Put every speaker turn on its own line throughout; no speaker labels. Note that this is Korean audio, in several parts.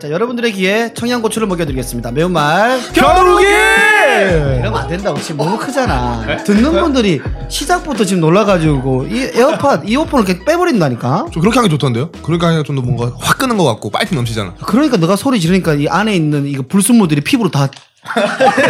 자, 여러분들의 귀에 청양고추를 먹여드리겠습니다. 매운말.
겨루기!
이러면 안 된다고. 지금
어?
너무 크잖아.
네?
듣는 분들이 시작부터 지금 놀라가지고, 이 에어팟, 이어폰을 이렇게 빼버린다니까?
좀 그렇게 하는 게 좋던데요? 그러니까 하니까 좀더 뭔가 확 끄는 것 같고 파이팅 넘치잖아.
그러니까 너가 소리 지르니까 이 안에 있는 이거 불순물들이 피부로 다,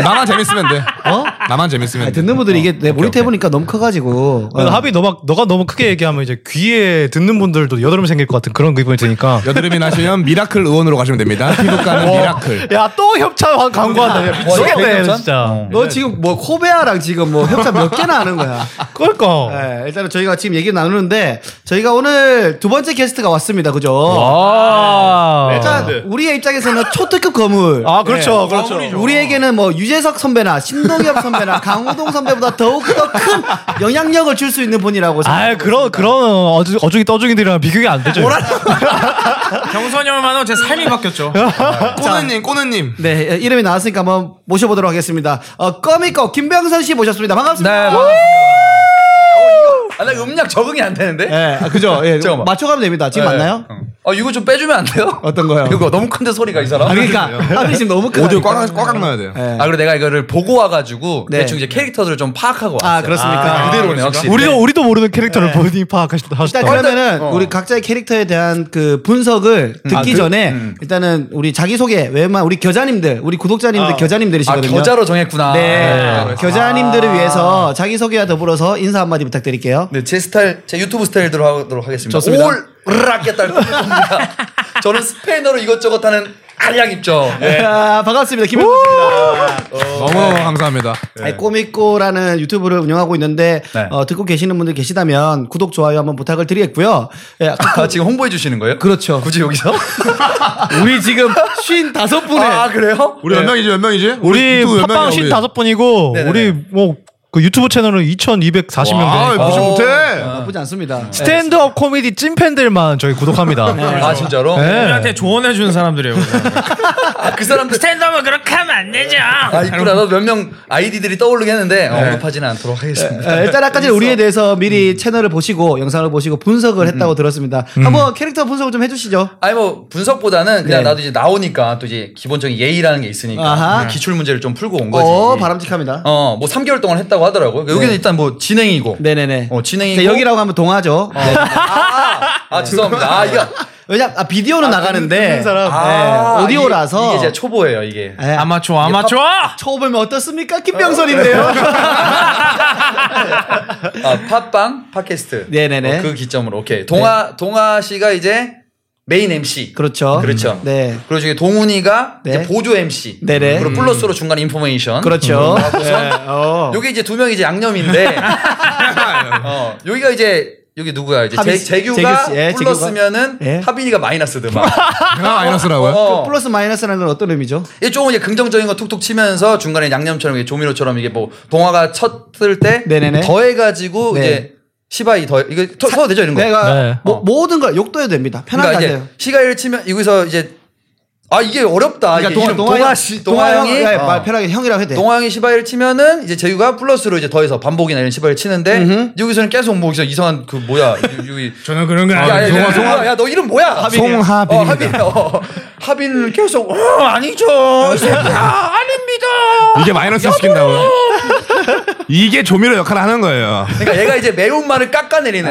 나만 재밌으면 돼.
어?
나만 재밌으면
아니,
돼.
어,
듣는 분들이 이게 내 모니터 해보니까 너무 커가지고. 어.
합이 너막 너가 너무 크게 얘기하면 이제 귀에 듣는 분들도 여드름 생길 것 같은 그런 기분이 드니까. 어.
여드름이 나시면 미라클 의원으로 가시면 됩니다. 피부과는 미라클.
야 또 협찬 광고한다. 야, 미치겠네
협찬?
진짜.
어.
어, 너 지금 뭐 코베아랑 지금 뭐 협찬 몇 개나 하는 거야.
그럴까.
네, 일단은 저희가 지금 얘기 나누는데 저희가 오늘 두 번째 게스트가 왔습니다. 그죠?
아.
일단 우리의 입장에서는 초특급 거물. 네.
아 그렇죠 그렇죠.
우리에게는 뭐 유재석 선배나 신동엽 선배나 강호동 선배보다 더욱더 큰 영향력을 줄 수 있는 분이라고
아
생각합니다.
그런 그런 어주, 어중이 떠중이들이랑 비교가 안 되죠.
경선이 얼마나 제 삶이 바뀌었죠.
꼬느님, 꼬느님.
네, 예, 이름이 나왔으니까 한번 모셔보도록 하겠습니다. 어, 꺼미꺼 김병선 씨 모셨습니다. 반갑습니다.
네, 아, 나 이거 음량 적응이 안 되는데?
네, 아, 그죠? 예,
잠깐만.
맞춰가면 됩니다. 지금
네.
맞나요?
어, 이거 좀 빼주면 안 돼요?
어떤 거요?
이거 너무 큰데 소리가 이 사람?
아, 그러니까. 아, 지금 너무 크다.
오디오 꽉, 꽉 넣어야 돼요.
네.
아, 그리고 내가 이거를 보고 와가지고
네.
대충 이제 캐릭터들을 좀 파악하고 왔어요.
아, 그렇습니까?
그대로네, 확실히.
우리도 우리도 모르는 캐릭터를 본인이 파악하셨다.
일단
하셨다.
그러면은 우리 각자의 캐릭터에 대한 그 분석을 듣기 전에
음.
일단은 우리 자기 소개 웬만 우리 겨자님들 우리 구독자님들
아,
겨자님들이시거든요.
겨자로 정했구나.
네,
네.
겨자님들을 위해서 자기 소개와 더불어서 인사 한마디 부탁드릴게요.
네, 제 스타일, 제 유튜브 스타일대로 하도록 하겠습니다.
좋습니다.
올 라켓달 겁니다. 저는 스페인어로 이것저것 하는 알약 입죠. 네.
아, 반갑습니다, 김현수입니다.
너무너무 감사합니다.
아이, 꼬미꼬라는 유튜브를 운영하고 있는데
네.
어, 듣고 계시는 분들 계시다면 구독 좋아요 한번 부탁을 드리겠고요. 예,
아, 지금 홍보해 주시는 거예요?
그렇죠.
굳이 여기서?
우리 지금 쉰 다섯 분의
아, 그래요?
네. 우리 몇 명이지, 몇 명이지?
우리
유튜브 몇
팟빵
명이야, 우리?
55분이고
네네네.
우리 뭐 그 유튜브 채널은 2,240명
와,
되니까
무시
어.
못해.
나쁘지 않습니다.
스탠드업 코미디 찐팬들만 저희 구독합니다.
아, 진짜로?
네.
우리한테 조언해 주는 사람들이에요.
아, 그 사람들
스탠드업은 그렇게 하면 안 되죠.
아, 있구나. 나도 몇 명 아이디들이 떠오르긴
네.
했는데 어, 언급하지는 않도록 하겠습니다.
예, 일단 아까 전에 우리에 대해서 미리 채널을 보시고 영상을 보시고 분석을 했다고 들었습니다. 한번 캐릭터 분석을 좀 해주시죠.
아니 뭐 분석보다는 그냥
네.
나도 이제 나오니까 또 이제 기본적인 예의라는 게 있으니까
아하.
기출 문제를 좀 풀고 온 거지.
어 바람직합니다.
어, 뭐 3개월 동안 했다고 하더라고요. 여기는 일단 뭐 진행이고.
네네네.
어, 진행이고.
자, 여기라고 하면 동하죠. 네.
아, 아, 죄송합니다. 아, 이거
왜냐 아, 비디오는 나가는데
아,
네, 오디오라서
이게, 이제 초보예요, 이게.
네.
아마추어, 아마추어.
초보면 어떻습니까? 김병선인데요.
네. 아, 팟빵 팟캐스트.
네네네.
어, 그 기점으로 오케이. 동아 동아 씨가 이제 메인 MC.
그렇죠.
그렇죠.
네.
그리고 중에 동훈이가
네.
이제 보조 MC.
네네. 음.
그리고 플러스로 중간 인포메이션.
그렇죠.
하고선
네, 어.
요게 이제 두 명이 이제 양념인데
아,
어, 여기가 이제 여기 누구야 이제
하빈
재,
씨,
재규가
재규 씨, 예, 재규가.
플러스면은
예. 아, 그
하빈이가 마이너스드만
내가 마이너스라고요?
어.
플러스 마이너스라는 건 어떤 의미죠?
이게 조금 이제 긍정적인 거 툭툭 치면서 중간에 양념처럼 이게 조미료처럼 이게 뭐 동화가 쳤을 때
네네네.
더해가지고
네.
이제 시바이 더 이거 터- 쳐도 되죠 이런 거
내가
네.
뭐,
어.
모든 걸 욕도해도 됩니다. 편하게
그러니까 이제
하세요.
시가를 치면 여기서 이제 아 이게 어렵다
그러니까
이게 이름 동화 씨 동화 형이
네,
어.
말 편하게 형이라고 해도 돼.
동화 형이 시바이를 치면은 이제 재규가 플러스로 이제 더해서 반복이나 이런 시바이를 치는데 여기서는 계속 뭐 여기서 이상한 그 뭐야 여기
저는 그런 거
아,
야, 야, 야, 야, 야, 야, 너 이름 뭐야?
송하빈입니다.
어, 하빈. 어, 하빈 계속, 어, 아니죠. 이 새끼야, 아닙니다.
이게 마이너스 시킨다고요? 이게 조미료 역할을 하는 거예요.
그러니까 얘가 이제 매운맛을 깎아내리는.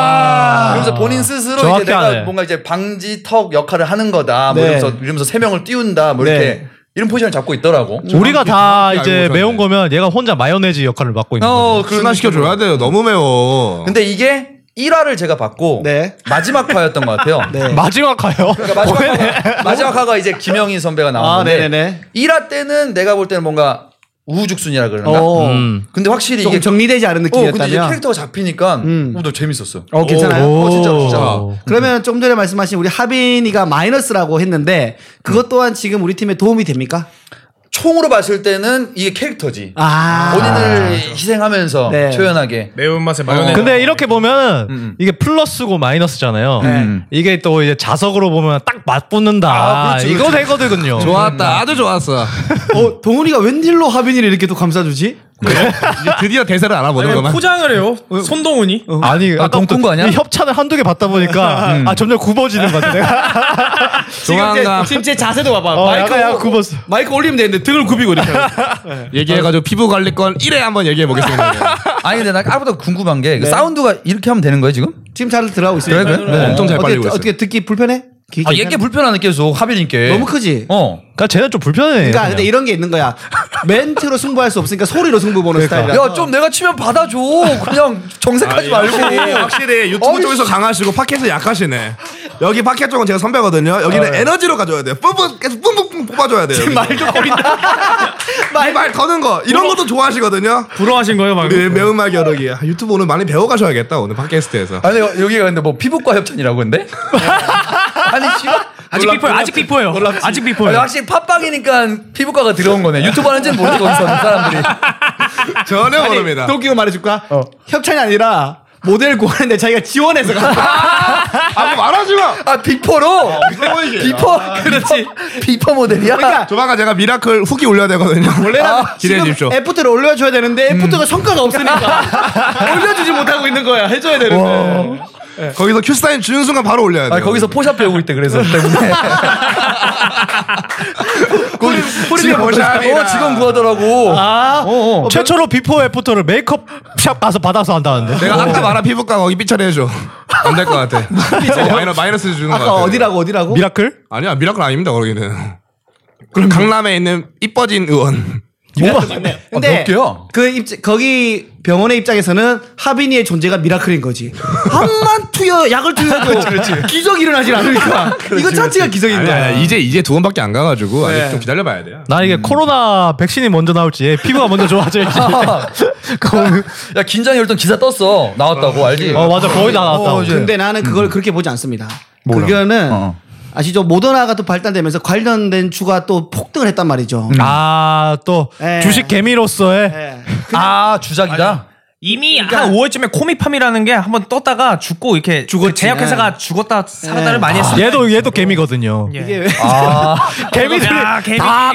그러면서 본인 스스로
정확히
이제 내가
하네.
뭔가 이제 방지턱 역할을 하는 거다. 뭐
네.
이러면서, 이러면서 세 명을 띄운다. 뭐 이렇게 이런 포지션을 잡고 있더라고.
우리가 다
정확히
이제
알고
매운
오셨네.
거면 얘가 혼자 마요네즈 역할을 맡고 있는 거예요.
그러니까.
어, 그런.
순환시켜줘야 돼요. 너무 매워.
근데 이게 1화를 제가 봤고
네.
마지막 화였던 것 같아요.
네.
마지막 화요.
그러니까 마지막 화가, 마지막 화가 이제 김영희 선배가
아,
나왔는데
네네네.
1화 때는 내가 볼 때는 뭔가 우후죽순이라 그러나
어.
음.
근데 확실히
조금
네. 이게
정리되지 않은
어 근데 이제
느낌이었다면.
캐릭터가 잡히니까
음.
어, 너 재밌었어.
어, 괜찮아요.
오.
어, 진짜, 진짜.
오.
그러면 좀 전에 말씀하신 우리 하빈이가 마이너스라고 했는데 그것
음.
또한 지금 우리 팀에 도움이 됩니까?
어. 총으로 봤을 때는 이게 캐릭터지.
아.
본인을 희생하면서
네.
초연하게.
매운맛에 마요네즈.
어.
근데 이렇게 보면
음.
이게 플러스고 마이너스잖아요. 음.
네.
이게 또 이제 자석으로 보면 딱 맞붙는다.
아, 그렇죠,
이거
그렇죠.
되거든요.
좋았다. 아주 좋았어.
어, 동훈이가 웬일로 하빈이를 이렇게 또 감싸주지?
이제 드디어 대사를
아니,
알아보는구만.
포장을 해요. 손동훈이.
음. 아니
아까
동동-
웃은 거 아니야? 음.
이 협찬을 한두 개 받다 보니까 아 점점 굽어지는 것 같아. 내가
조만간
지금 제 자세도 봐봐.
어, 약간 약간 굽었어.
마이크 올리면 되는데 등을 굽이고 이렇게.
얘기해가지고 피부 관리권 1회 한번 얘기해 보겠습니다.
아니 근데 나 아까부터 궁금한
네.
게그 사운드가 이렇게 하면 되는 거야 지금?
지금 잘 들어가고 있어요.
그래, 그래?
네, 엄청 잘
어떻게,
빨리고 있어요.
어떻게 듣기 불편해? 귀
아
괜찮아?
얘게 불편하네 계속 하빈님께.
너무 크지?
어.
그러니까 쟤는 좀 불편해.
네.
그러니까 근데 이런 게 있는 거야. 멘트로 승부할 수 없으니까 소리로 승부 보는
그러니까.
스타일이야.
야 좀 내가 치면 받아줘. 그냥 정색하지 말고.
확실히, 확실히 유튜브
어이,
쪽에서 강하시고 팟캐스 약하시네. 여기 팟캐 쪽은 제가 선배거든요. 여기는 에너지로 가져야 돼요. 뿜뿜 계속 뿜뿜뿜 뽑아줘야 돼요. 지금 말도 거린다. 이말 거는 거 이런 것도 좋아하시거든요.
부러워하신 거예요, 방금?
우리
네.
매운말 겨루기 아, 유튜브 오늘 많이 배워가셔야겠다 오늘 팟캐스트에서.
아니 여- 여기가 근데 뭐 피부과 협찬이라고 근데? 아니 지금
아직 비포요. 아직 비포요. 아직
아니,
비포요.
확실히 팟빵이니까 피부과가 들어온 거네. 유튜브 하는지는 모르고 있어 사람들이.
전혀 모릅니다. 어.
웃기고 말해줄까? 협찬이 아니라 모델 구하는데 자기가 지원해서 가.
아 말하지 마.
아 비포로 비포 그렇지 비포 모델이야.
그러니까
조만간 제가 미라클 후기 올려야 되거든요. 원래는 아, 기대해
지금
주십시오. 음.
애프터를 올려줘야 되는데 애프터가 성과가 없으니까 올려주지 못하고 있는 거야. 해줘야 되는데.
거기서 큐 사인 주는 순간 바로 올려야 돼요.
아 거기서 포샵 배우고 있대 그래서 때문에. 거기
프리미엄 포샵이라.
어 직원 구하더라고.
아,
어,
최초로 비포 애프터를 메이크업 샵 가서 받아서 한다는데. 어.
내가 아까 말한 피부과 거기 삐처리 해줘. 안 될 것 같아. 마이너, 마이너스 주는 것 같아.
아까 어디라고 어디라고?
미라클?
아니야 미라클 아닙니다 거기는. 그럼 강남에 있는 이뻐진 의원.
아,
근데
몇 개야?
그 입지, 거기 병원의 입장에서는 하빈이의 존재가 미라클인 거지. 한만 투여 약을 투여해도 기적 일어나질 않으니까 이거 자체가 기적인 거야.
아니야 이제 이제 두 번밖에 안 가가지고 아직 좀 기다려봐야 돼요.
나
음.
이게 코로나 백신이 먼저 나올지 얘 피부가 먼저 좋아질지. 그-
야 긴장이 열던 기사 떴어 나왔다고 알지?
어 맞아 거의 다 나왔다.
어, 근데 나는 그걸 그렇게 보지 않습니다.
뭐라?
그거는
어.
아시죠? 모더나가 또 발단되면서 관련된 주가 또 폭등을 했단 말이죠.
음. 아또
예.
주식 개미로서의
예.
아 주작이다.
이미 한 5월쯤에 코미팜이라는 게 한번 떴다가 죽고 이렇게 그 제약회사가 죽었다 살았다를 많이 했어요.
얘도 얘도 개미거든요.
이게
예.
왜?
개미들이
야, 아, 개미.
다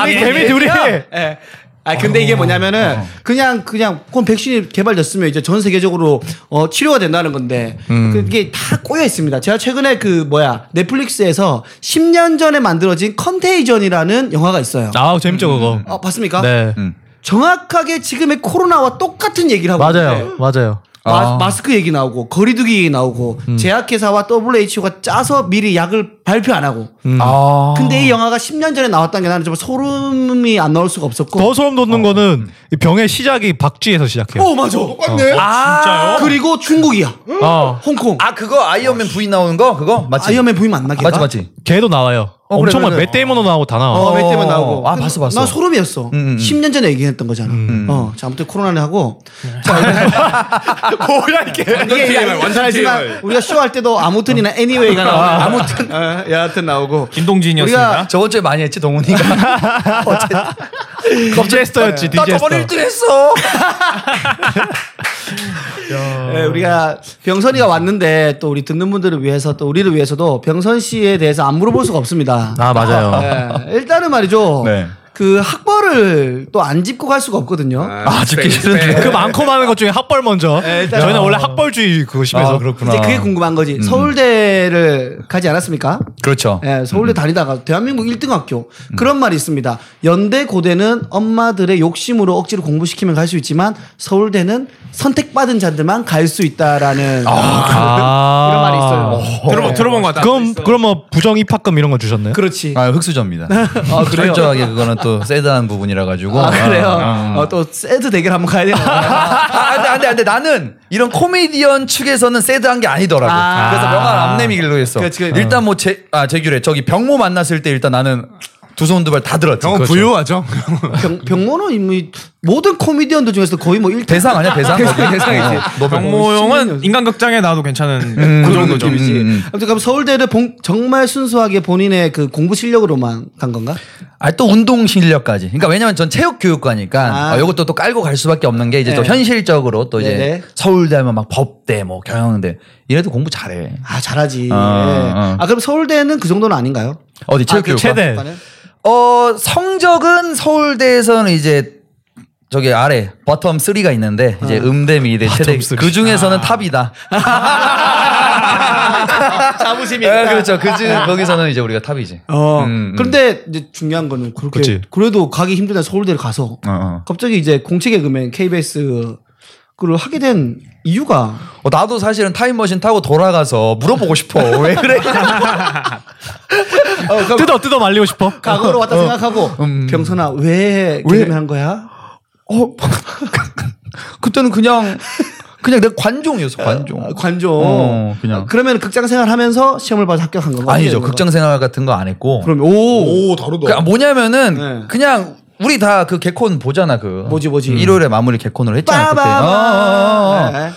아,
있는
개미.
개미들이
예. 아 근데 이게 뭐냐면은
어.
그냥 그냥 그건 백신이 개발됐으면 이제 전 세계적으로 어, 치료가 된다는 건데
음.
그게 다 꼬여 있습니다. 제가 최근에 그 뭐야 넷플릭스에서 10년 전에 만들어진 컨테이전이라는 영화가 있어요.
아 재밌죠
음.
그거.
어, 봤습니까?
아.
네
정확하게 지금의 코로나와 똑같은 얘기를 하고 있는데
네.
맞아요 맞아요. 음.
마, 마스크 얘기 나오고 거리두기 얘기 나오고 제약회사와 WHO가 짜서 미리 약을 발표 안 하고
아.
근데 이 영화가 10년 전에 나왔다는 게 나는 정말 소름이 안 나올 수가 없었고
더 소름 돋는
어.
거는
음.
이 병의 시작이 박쥐에서 시작해요.
어 맞아
똑같네.
진짜요?
그리고 중국이야
어
홍콩
아 그거 아이언맨 부인 나오는 거 그거 맞지?
아이언맨 부인 만나게
맞지 맞지.
걔도 나와요.
어, 그래,
엄청 많이
그래.
맷 데이먼도 나오고 다 나와.
어,
어,
몇 대면 나오고.
아, 봤어, 봤어.
나 소름이었어. 10년 전에 얘기했던 거잖아. 어, 자, 아무튼 코로나는 하고.
뭐야 이게. 완전
이게
TMI, 완전
하지만
TMI.
우리가 쇼할 때도 아무튼이나 애니웨이가 나오고. 아무튼. 어, 여하튼 나오고.
김동진이었습니다.
우리가
저번 주에 많이 했지 동훈이가. 어쨌든. 네.
디제스터였지
나 저번에
디제스터.
1등 했어.
예, 우리가 병선이가 왔는데 또 우리 듣는 분들을 위해서 또 우리를 위해서도 병선 씨에 대해서 안 물어볼 수가 없습니다.
아 맞아요.
예, 일단은 말이죠.
네.
그 학벌을 또 안 짚고 갈 수가 없거든요.
아
듣기 싫은데.
그 많고 많은 것 중에 학벌 먼저.
네,
저희는 원래 학벌주의 그거 심해서
아, 그렇구나. 음.
이제 어. 그게 궁금한 거지. 서울대를 가지 않았습니까?
그렇죠.
예, 서울대 다니다가 대한민국 1등 학교
음.
그런 말이 있습니다. 연대 고대는 엄마들의 욕심으로 억지로 공부시키면 갈 수 있지만 서울대는 선택받은 자들만 갈 수 있다라는
아.
이런 말이 있어요.
들어본 들어본 것 같다.
그럼 그럼 뭐 부정 입학금 이런 거 주셨나요?
그렇지.
아 흑수저입니다. 아 그래요? 철저하게 그거는 또 세다한 부분이라 가지고.
아, 그래요. 어, 또 세드 대결 한번 가야 되나?
아, 안돼 안돼 안돼 나는 이런 코미디언 측에서는 세드한 게 아니더라고.
아.
그래서 명함 안 내밀로 했어.
그렇지, 그렇지.
일단 뭐제아 제규래 저기 병모 만났을 때 일단 나는 두 손 두 발 다 들었지.
병원 부유하죠.
병, 병모는 이미 모든 코미디언들 중에서 거의 뭐 1등
대상 아니야 대상? 어, 대상이지.
병모 형은 인간극장에 나와도 괜찮은 음.
그 정도 느낌이지.
음.
아무튼 그럼 서울대를 봉- 정말 순수하게 본인의 그 공부 실력으로만 간 건가?
아또 운동 실력까지. 그러니까 왜냐면 전 체육 교육과니까
아.
어, 이것도 또 깔고 갈 수밖에 없는 게 이제 또
네.
현실적으로 또 이제
네네.
서울대 하면 막 법대 뭐 경영대 이래도 공부 잘해.
아 잘하지.
아,
예.
아.
아 그럼 서울대는 그 정도는 아닌가요?
어디 체육
아, 그
교육과?
최대.
과는?
어 성적은 서울대에서는 어, 이제 저기 아래 버텀 3가 있는데 이제 음대 미대 최대
쓰리.
그 중에서는 탑이다.
자부심이
아,
있다.
그렇죠. 그중 거기서는 이제 우리가 탑이지.
어.
음, 음.
그런데 이제 중요한 거는 그렇게
그치.
그래도 가기 힘든 날 서울대를 가서
어, 어.
갑자기 이제 공채 개그맨 KBS 그를 하게 된 이유가
어, 나도 사실은 타임머신 타고 돌아가서 물어보고 싶어. 왜 그래?
뜯어 뜯어 말리고 싶어.
과거로 왔다 생각하고
음.
병선아 왜 개그맨 한 거야?
어, 그때는 그냥 그냥 내 관종이었어 관종.
아, 관종.
어, 그냥.
아, 그러면 극장 생활하면서 시험을 봐서 합격한 건가?
아니죠.
어떻게
극장
된
생활 같은 거 안 했고.
건가? 그럼 오.
오 다르다.
그러니까 뭐냐면은
네.
그냥 우리 다 그 개콘 보잖아 그.
뭐지, 뭐지.
일요일에 마무리 개콘으로 했잖아 그때.
빠바바.
어, 어, 어.
네.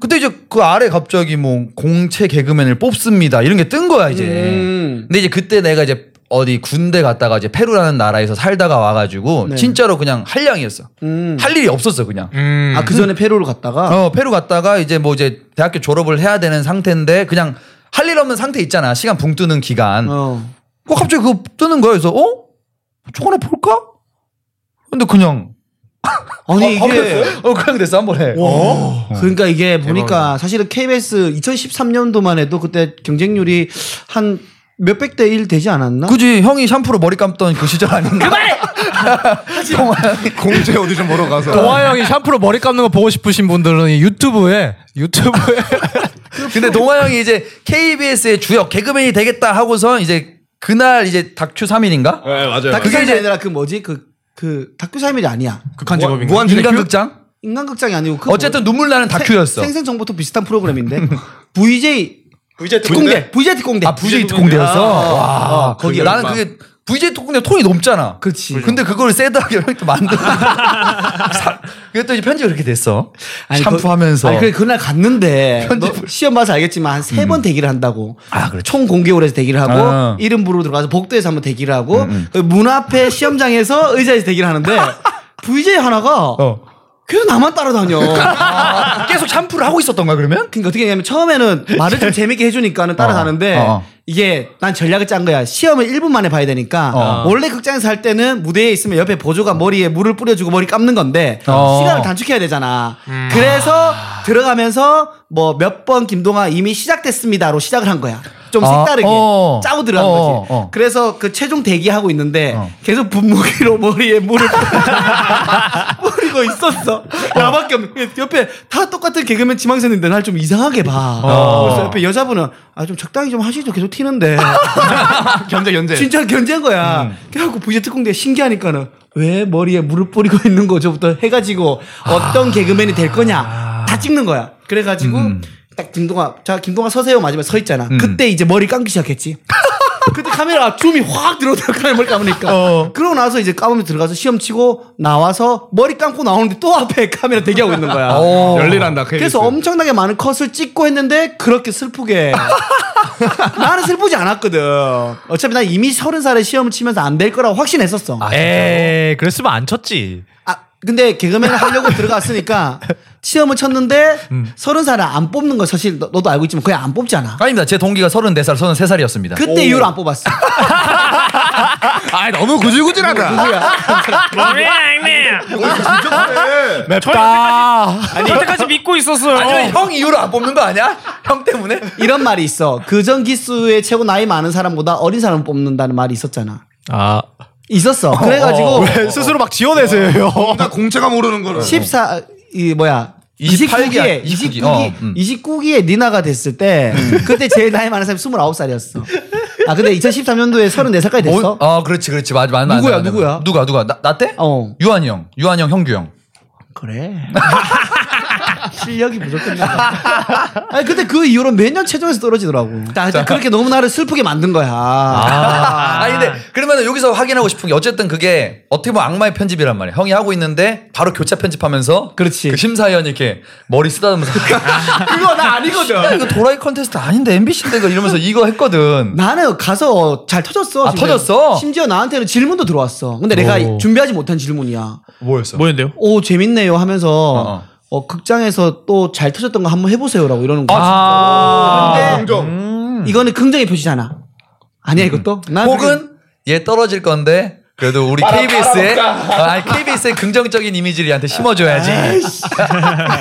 그때 이제 그 아래 갑자기 뭐 공채 개그맨을 뽑습니다 이런 게 뜬 거야 이제.
음.
근데 이제 그때 내가 이제 어디 군대 갔다가 이제 페루라는 나라에서 살다가 와가지고
네.
진짜로 그냥 한량이었어.
음.
할 일이 없었어 그냥.
음.
아, 그 전에 페루를 갔다가
어, 페루 갔다가 이제 뭐 이제 대학교 졸업을 해야 되는 상태인데 그냥 할 일 없는 상태 있잖아. 시간 붕 뜨는 기간.
어.
어, 갑자기 그거 뜨는 거야. 그래서 어? 저거나 볼까? 근데 그냥
아니
어,
이게
어 그냥 됐어 한 번에.
어? 그러니까 이게 보니까 사실은 KBS 2013년도만 해도 그때 경쟁률이 한 몇백 대 1 되지 않았나?
그지 형이 샴푸로 머리 감던 그 시절 아닌가? 그만해.
공채 어디 좀 보러 가서.
동화 형이 샴푸로 머리 감는 거 보고 싶으신 분들은 이 유튜브에 유튜브에
근데 동아 형이 이제 KBS의 주역 개그맨이 되겠다 하고서 이제 그날 이제 닥큐 3일인가?
네 맞아요.
다큐
그게
사이
이제-
아니라 그 뭐지 그 그 다큐 사이이 아니야.
극한 직업인가?
무한 진행
뭐, 인간극장?
인간극장이 아니고 그
어쨌든 눈물 나는
뭐-
다큐였어.
생생 정보통 비슷한 프로그램인데 VJ
VJ
특공대 VJ 특공대
아 VJ 특공대였어. 와
어, 거기
나는 그게 VJ 특공대 톤이 넘잖아.
그렇지.
근데 그걸 세드하게 이렇게 또 만든. 그게 또 이제 편집이 그렇게 됐어.
아니,
샴푸하면서.
그, 아니, 그, 그날 갔는데
편집을- 음.
너 시험 봐서 알겠지만 한 세 번 대기를 한다고.
아, 그렇죠.
총 공개홀에서 대기를 하고
아. 음,
이름 부르러 들어가서 복도에서 한번 대기를 하고 그문 앞에 시험장에서 의자에서 대기를 하는데 VJ 하나가 계속 나만 따라다녀. 그러니까
아, 어. 계속 샴푸를 하고 있었던 거야 그러면?
어떻게 했냐면 처음에는 말을 좀 재밌게 해주니까는 따라가는데
어, 어.
이게 난 전략을 짠 거야. 시험을 1분 만에 봐야 되니까
어.
원래 극장에서 할 때는 무대에 있으면 옆에 보조가 머리에 물을 뿌려주고 머리 감는 건데
어.
시간을 단축해야 되잖아. 그래서 들어가면서 뭐 몇 번 김동아 이미 시작됐습니다로 시작을 한 거야. 좀
아,
색다르게
어.
짜고 들어간
어,
거지.
어.
그래서 그 최종 대기하고 있는데
어.
계속 분무기로 머리에 물을 뿌리고 있었어. 나밖에 없는 옆에 다 똑같은 개그맨 지망생인데 날 좀 이상하게 봐.
어.
그래서 옆에 여자분은 아 좀 적당히 좀 하시죠. 계속 튀는데
견제 견제. 음.
진짜 견제한 거야. 그래갖고 부재 특공대 신기하니까는 왜 머리에 물을 뿌리고 있는 거죠부터 해가지고 어떤
아.
개그맨이 될 거냐 다 찍는 거야. 그래가지고
음.
딱 김동아 자 김동아 서세요 마지막 서 있잖아. 그때 이제 머리 감기 시작했지. 그때 카메라 줌이 확 들어오더라고 카메라 머리 감으니까 그러고 나서 이제 까보면 들어가서 시험 치고 나와서 머리 감고 나오는데 또 앞에 카메라 대기하고 있는 거야
어.
어.
열일한다.
그래서 엄청나게 많은 컷을 찍고 했는데 그렇게 슬프게 나는 슬프지 않았거든. 어차피 난 이미 서른 살에 시험을 치면서 안 될 거라고 확신했었어. 아,
에이 그랬으면 안 쳤지.
근데 개그맨을 하려고 들어갔으니까 시험을 쳤는데 서른 살에 안 뽑는 거 사실 너, 도 알고 있지만 거의 안 뽑잖아.
아닙니다. 제 동기가 34살, 33살이었습니다.
그때 이후로 안 뽑았어.
아 너무 구질구질하다. 진짜 그래.
아니 여태까지 믿고 있었어요.
아니면 형 이후로 안 뽑는 거 아니야? 형 때문에?
이런 말이 있어. 그전 기수의 최고 나이 많은 사람보다 어린 사람을 뽑는다는 말이 있었잖아.
아
있었어. 그래가지고
왜 스스로 막 지어내세요.
나 그러니까 공채가 모르는 거를.
14, 이 뭐야.
28 기야,
29기에,
29기.
29기,
어, 음.
29기에 니나가 됐을 때, 그때 제일 나이 많은 사람이 29살이었어. 아, 근데 2013년도에 34살까지 됐어?
어, 어, 그렇지, 그렇지. 맞아, 맞아. 맞아,
누구야,
맞아.
누구야?
누가, 누가? 나, 나 때?
어.
유한이 형, 유한이 형, 형규 형.
아, 그래. 실력이 무조건 나가. 아니, 근데 그 이후로 매년 최종에서 떨어지더라고. 나 그때 그렇게 너무 나를 슬프게 만든 거야.
아. 니 근데 그러면 여기서 확인하고 싶은 게 어쨌든 그게 어떻게 보면 악마의 편집이란 말이야. 형이 하고 있는데 바로 교차 편집하면서
그렇지.
그 심사위원 이렇게 머리 쓰다듬으면서
그거 나 아니거든.
야, 이거 도라이 컨테스트 아닌데 MBC인데 이거 이러면서 이거 했거든.
나는 가서 잘 터졌어.
아, 터졌어?
심지어 나한테는 질문도 들어왔어. 근데 내가
오.
준비하지 못한 질문이야.
뭐였어?
뭐였는데요?
오 재밌네요 하면서
어,
어, 극장에서 또 잘 터졌던 거 한번 해보세요라고 이러는 거.
아, 음.
근데
음.
이거는 긍정의 표시잖아. 아니야 이것도? 난
혹은 얘 떨어질 건데 그래도 우리 KBS의 아니 KBS의 긍정적인 이미지를 얘한테
아,
심어줘야지.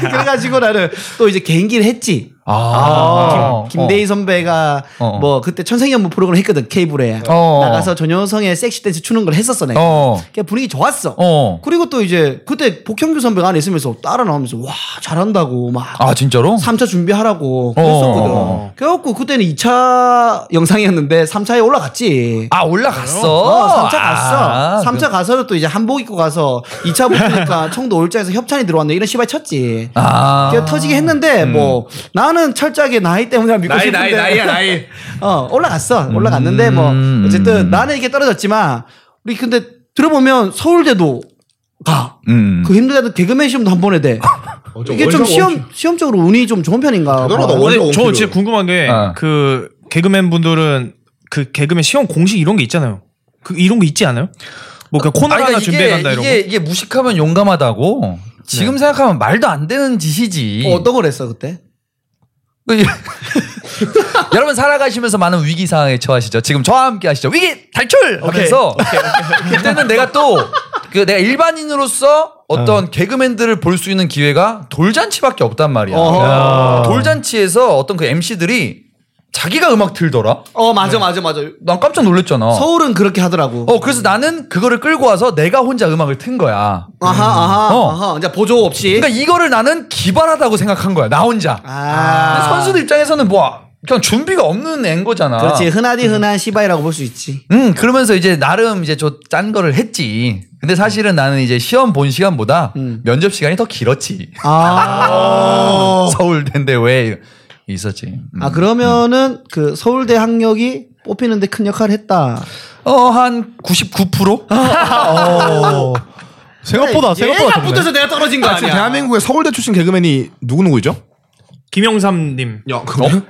그래가지고 나는 또 이제 개인기를 했지.
아,
김대희 선배가
어.
뭐 그때 천생연분 프로그램 했거든 케이블에
어.
나가서 전효성의 섹시 댄스 추는 걸 했었어 내가.
어.
그냥 분위기 좋았어.
어.
그리고 또 이제 그때 복형규 선배가 안에 있으면서 따라 나오면서 와 잘한다고 막
아 진짜로?
3차 준비하라고
어.
그랬었거든. 그래갖고 그때는 2차 영상이었는데 3차에 올라갔지.
아 올라갔어.
어, 3차
아,
갔어. 삼 3차 가서는 또 이제 한복 입고 가서 2차 붙으니까 청도 올장에서 협찬이 들어왔네. 이런 시발 쳤지.
아.
그게 터지긴 했는데 뭐 나는 철저하게 나이 때문에 믿고
음. 나이
싶은데
나이 나이야 음, 나이.
어 올라갔어 올라갔는데 뭐 어쨌든 나는 이게 떨어졌지만 우리 근데 들어보면 서울대도 가.
음.
그 힘들다도 개그맨 시험도 한 번에 돼.
어,
이게 좀 시험 시험적으로 운이 좀 좋은 편인가?
대단하다,
봐.
원래
근데 저
원피로.
진짜 궁금한
아.
게 그 개그맨 분들은 그 개그맨 시험 공식 이런 게 있잖아요. 그 이런 거 있지 않아요? 뭐 그냥 코너
아니,
하나
그러니까
준비해 간다 이런
이게, 이게 무식하면 용감하다고. 지금 생각하면 말도 안 되는 짓이지.
어, 어떤 걸 했어 그때?
여러분 살아가시면서 많은 위기 상황에 처하시죠. 지금 저와 함께 하시죠. 위기 탈출 하면서 그때는 내가 또 그 내가 일반인으로서 어떤 개그맨들을 볼 수 있는 기회가 돌잔치밖에 없단 말이야.
아.
아.
어허.
돌잔치에서 어떤 그 MC들이 자기가 음악 틀더라.
어 맞아 맞아 맞아.
난 깜짝 놀랐잖아.
서울은 그렇게 하더라고.
어 그래서 나는 그거를 끌고 와서 내가 혼자 음악을 튼 거야.
아하 아하
어.
아하. 이제 보조 음. 없이.
그러니까 이거를 나는 기발하다고 생각한 거야. 나 혼자. 근데
아
선수들 입장에서는 뭐 그냥 준비가 없는 앤 거잖아.
그렇지 흔하디 흔한 시바이라고 볼 수 있지.
음, 그러면서 이제 나름 이제 저 짠 거를 했지. 근데 사실은 나는 이제 시험 본 시간보다
음.
면접 시간이 더 길었지.
아.
서울대인데 왜 있었지? 음.
아 그러면은 그 서울대 학력이 뽑히는데 큰 역할을 했다.
어, 한 99%?
아.
어. 생각보다 생각보다 적네.
내가 떨어진 거
지금 대한민국의 서울대 출신 개그맨이 누구 누구죠? 어?
김용삼님,
야, 그럼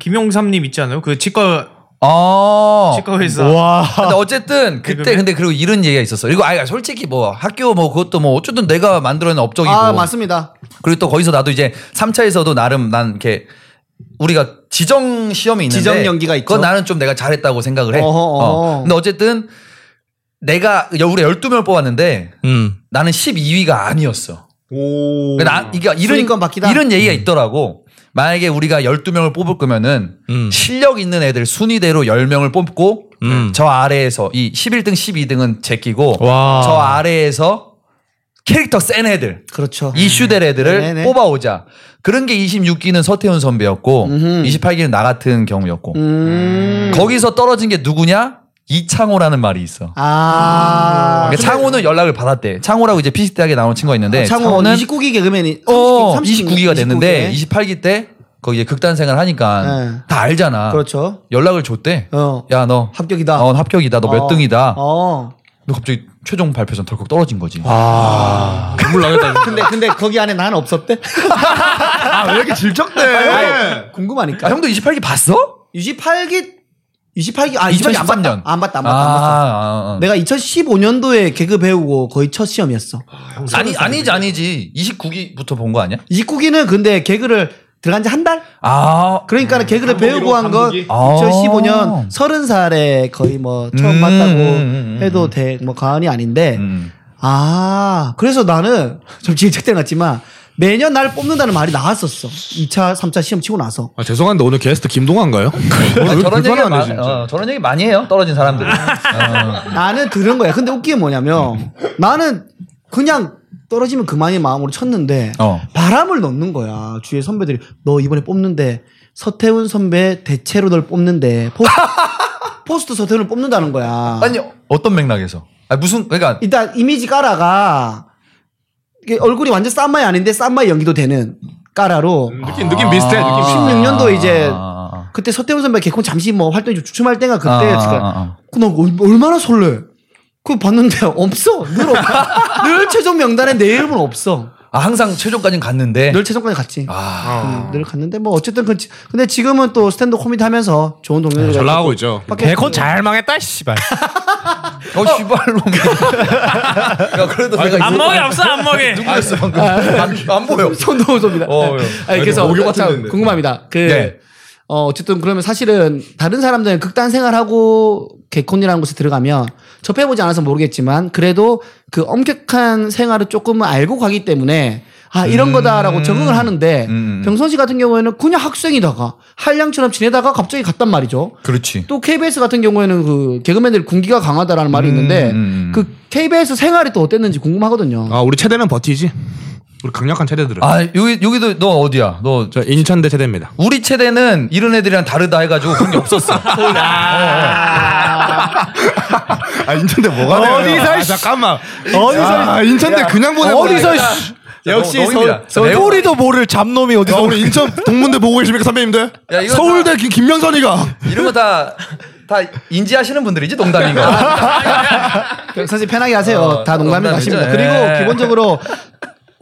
김용삼님 있지 않아요? 그 치과
아.
치과 회사.
와.
근데 어쨌든 그때
개그맨?
근데 그리고 이런 얘기가 있었어. 그리고 아 솔직히 뭐 학교 뭐 그것도 뭐 어쨌든 내가 만들어낸 업적이고
아 맞습니다.
그리고 또 거기서 나도 이제 3차에서도 나름 난 이렇게 우리가 지정 시험이 있는데
지정 연기가 있죠.
그건 나는 좀 내가 잘했다고 생각을 해.
어허,
어.
어허.
근데 어쨌든 내가 여- 우리 12명을 뽑았는데
음.
나는 12위가 아니었어.
오.
그러니까 나 이게 이런
순위권 바뀌다?
이런
음.
얘기가 있더라고. 만약에 우리가 12명을 뽑을 거면은
음.
실력 있는 애들 순위대로 10명을 뽑고
음.
저 아래에서 이 11등, 12등은 제끼고
와.
저 아래에서 캐릭터 센 애들
그렇죠.
이슈될 애들을
네네.
뽑아오자. 그런 게 26기는 서태훈 선배였고
음흠.
28기는 나 같은 경우였고
음.
거기서 떨어진 게 누구냐? 이창호라는 말이 있어.
아.
그러니까 창호는 연락을 받았대. 창호라고 이제 피식대학에 나온 친구가 있는데
네, 창호는 29기 개그맨이
어,
30기,
29기가
29기.
됐는데 28기 때 거기에 극단 생활 하니까
네.
다 알잖아.
그렇죠.
연락을 줬대.
어.
야, 너
합격이다.
어, 합격이다. 너 몇
어.
등이다.
어.
근데 갑자기 최종 발표 전 덜컥 떨어진 거지.
눈물 나겠다.
근데 근데 거기 안에 나는 없었대?
아왜 이렇게 질척대?
궁금하니까.
아, 형도 28기 봤어?
28기 28기 아 28기 안 봤다.
2013년.
안 봤다. 안 봤다. 안 봤다.
아, 아, 아.
내가 2015년도에 개그 배우고 거의 첫 시험이었어.
아니 아니지 아니지 29기부터 본 거 아니야?
29기는 근데 개그를 들어간 지 한 달?
아
그러니까 는 개그를 배우고 한 건
감독이?
2015년 30살에 거의 뭐 처음
음,
봤다고
음, 음,
해도 돼, 뭐 과언이 아닌데.
음.
어,
아, 그래서 나는 좀 질책대 났지만 매년 날 뽑는다는 말이 나왔었어. 2차, 3차 시험 치고 나서.
아 죄송한데 오늘 게스트 김동환가요?
아, 저런 얘기
불편하네,
많,
진짜. 아.
어, 저런 얘기 많이 해요 떨어진 사람들.
나는 들은 거야. 근데 웃긴 게 뭐냐면 나는 그냥 떨어지면 그만의 마음으로 쳤는데
어.
바람을 넣는 거야. 주위에 선배들이 너 이번에 뽑는데 서태훈 선배 대체로 널 뽑는데 포- 포스트 서태훈을 뽑는다는 거야.
아니 어떤 맥락에서? 아 무슨 그러니까
일단 이미지 까라가 이게 얼굴이 완전 쌈마이 아닌데 쌈마이 연기도 되는 까라로
음.
느낌 느낌 비슷해. 느낌 비슷해.
16년도 이제
아,
그때 서태훈 선배 개콘 잠시 뭐 활동 좀 주춤할 때가 그때
아,
제가
아, 아.
그나 얼- 얼마나 설레. 그거 봤는데 없어. 늘 없어. 늘 최종 명단에 내 이름은 없어.
아, 항상 최종까지는 갔는데.
늘 최종까지 갔지.
네. 아,
음, 늘 갔는데 뭐 어쨌든 그 근데 지금은 또 스탠드 코미디 하면서 좋은 동료들
잘 나가고 있죠.
개콘 잘 망했다 씨발.
어 씨발로. 야 그래도
아,
내가
안 먹이 없어 안 먹이.
누구였어 방금? 안, 안 보여.
손동호입니다
어, 예.
아니, 그래서
오교 같은
참
데인데.
궁금합니다. 그
네.
어, 어쨌든 그러면 사실은 다른 사람들은 극단 생활하고 개콘이라는 곳에 들어가면 접해보지 않아서 모르겠지만 그래도 그 엄격한 생활을 조금은 알고 가기 때문에 아, 이런 거다라고 적응을 하는데 병선 씨 같은 경우에는 그냥 학생이다가 한량처럼 지내다가 갑자기 갔단 말이죠.
그렇지.
또 KBS 같은 경우에는 그 개그맨들 군기가 강하다라는 말이 있는데 그 KBS 생활이 또 어땠는지 궁금하거든요.
아 우리 체대는 버티지. 우리 강력한 체대들은.
아 여기 여기도 너 어디야? 너
저 인천대 체대입니다.
우리 체대는 이런 애들이랑 다르다 해가지고 그런 게 없었어. 어.
아 인천대 뭐가 돼요?
어디서,
아,
씨.
잠깐만.
어디서
아 인천대 그냥 보내.
어디서
역시 너, 너입니다.
서울
내가-
소리도 모를 잡놈이
야,
어디서
우리 인천 동문대 보고 계십니까 선배님들?
야, 이거
서울대 김, 김명선이가
네. 이런 거 다. 다 인지하시는 분들이지 농담인 거.
아, 사실 편하게 하세요.
어,
다 농담인 것
농담이죠.
같습니다.
예.
그리고 기본적으로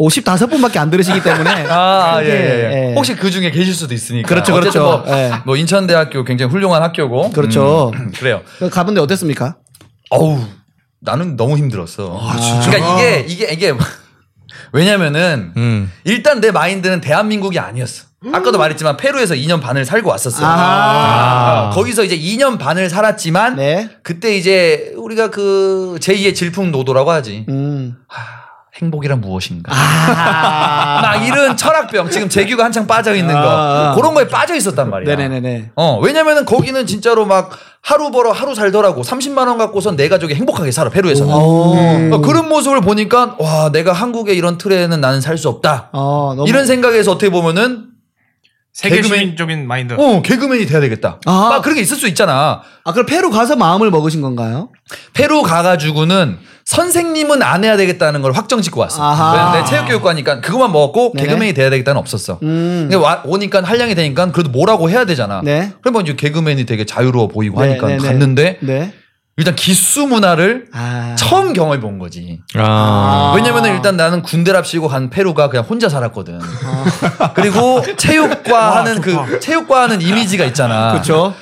55분밖에 안 들으시기 때문에
아, 예,
크게,
예,
예.
혹시 그 중에 계실 수도 있으니까.
그렇죠,
어쨌든
그렇죠.
뭐,
예.
뭐 인천대학교 굉장히 훌륭한 학교고.
그렇죠.
음, 그래요.
가본데 어땠습니까?
어우 나는 너무 힘들었어.
아,
그러니까 이게 이게 이게 왜냐면은
음.
일단 내 마인드는 대한민국이 아니었어. 아까도 말했지만 페루에서 2년 반을 살고 왔었어. 요 거기서 이제 2년 반을 살았지만
아. 네.
그때 이제 우리가 그 제2의 질풍노도라고 하지.
음.
행복이란 무엇인가? 아, 막 이런 철학병 지금 재규가 한창 빠져 있는 거
아.
그런 거에 빠져 있었단 말이야.
네네네네.
어, 왜냐면은 거기는 진짜로 막 하루 벌어 하루 살더라고. 30만 원 갖고선 내 가족이 행복하게 살아. 페루에서는. 어, 그런 모습을 보니까 와, 내가 한국의 이런 틀에는 나는 살 수 없다.
어, 너무
이런 생각에서 어떻게 보면은
세계주의적인 마인드.
어, 개그맨이 돼야 되겠다.
아.
막 그런 게 있을 수 있잖아.
아, 그럼 페루 가서 마음을 먹으신 건가요?
페루 가가지고는 선생님은 안 해야 되겠다는 걸 확정 짓고 왔어.
아하.
내 체육교육과니까 그것만 먹었고
네네.
개그맨이 돼야 되겠다는 없었어.
음.
근데 와, 오니까 한량이 되니까 그래도 뭐라고 해야 되잖아.
네.
그러면 이제 개그맨이 되게 자유로워 보이고
네,
하니까
네, 네.
갔는데
네.
일단 기수 문화를
아.
처음 경험해 본 거지.
아,
왜냐면은 일단 나는 군대랍시고 간 페루가 그냥 혼자 살았거든.
아.
그리고 체육과 하는 그 체육과 하는 이미지가 있잖아.
그렇죠.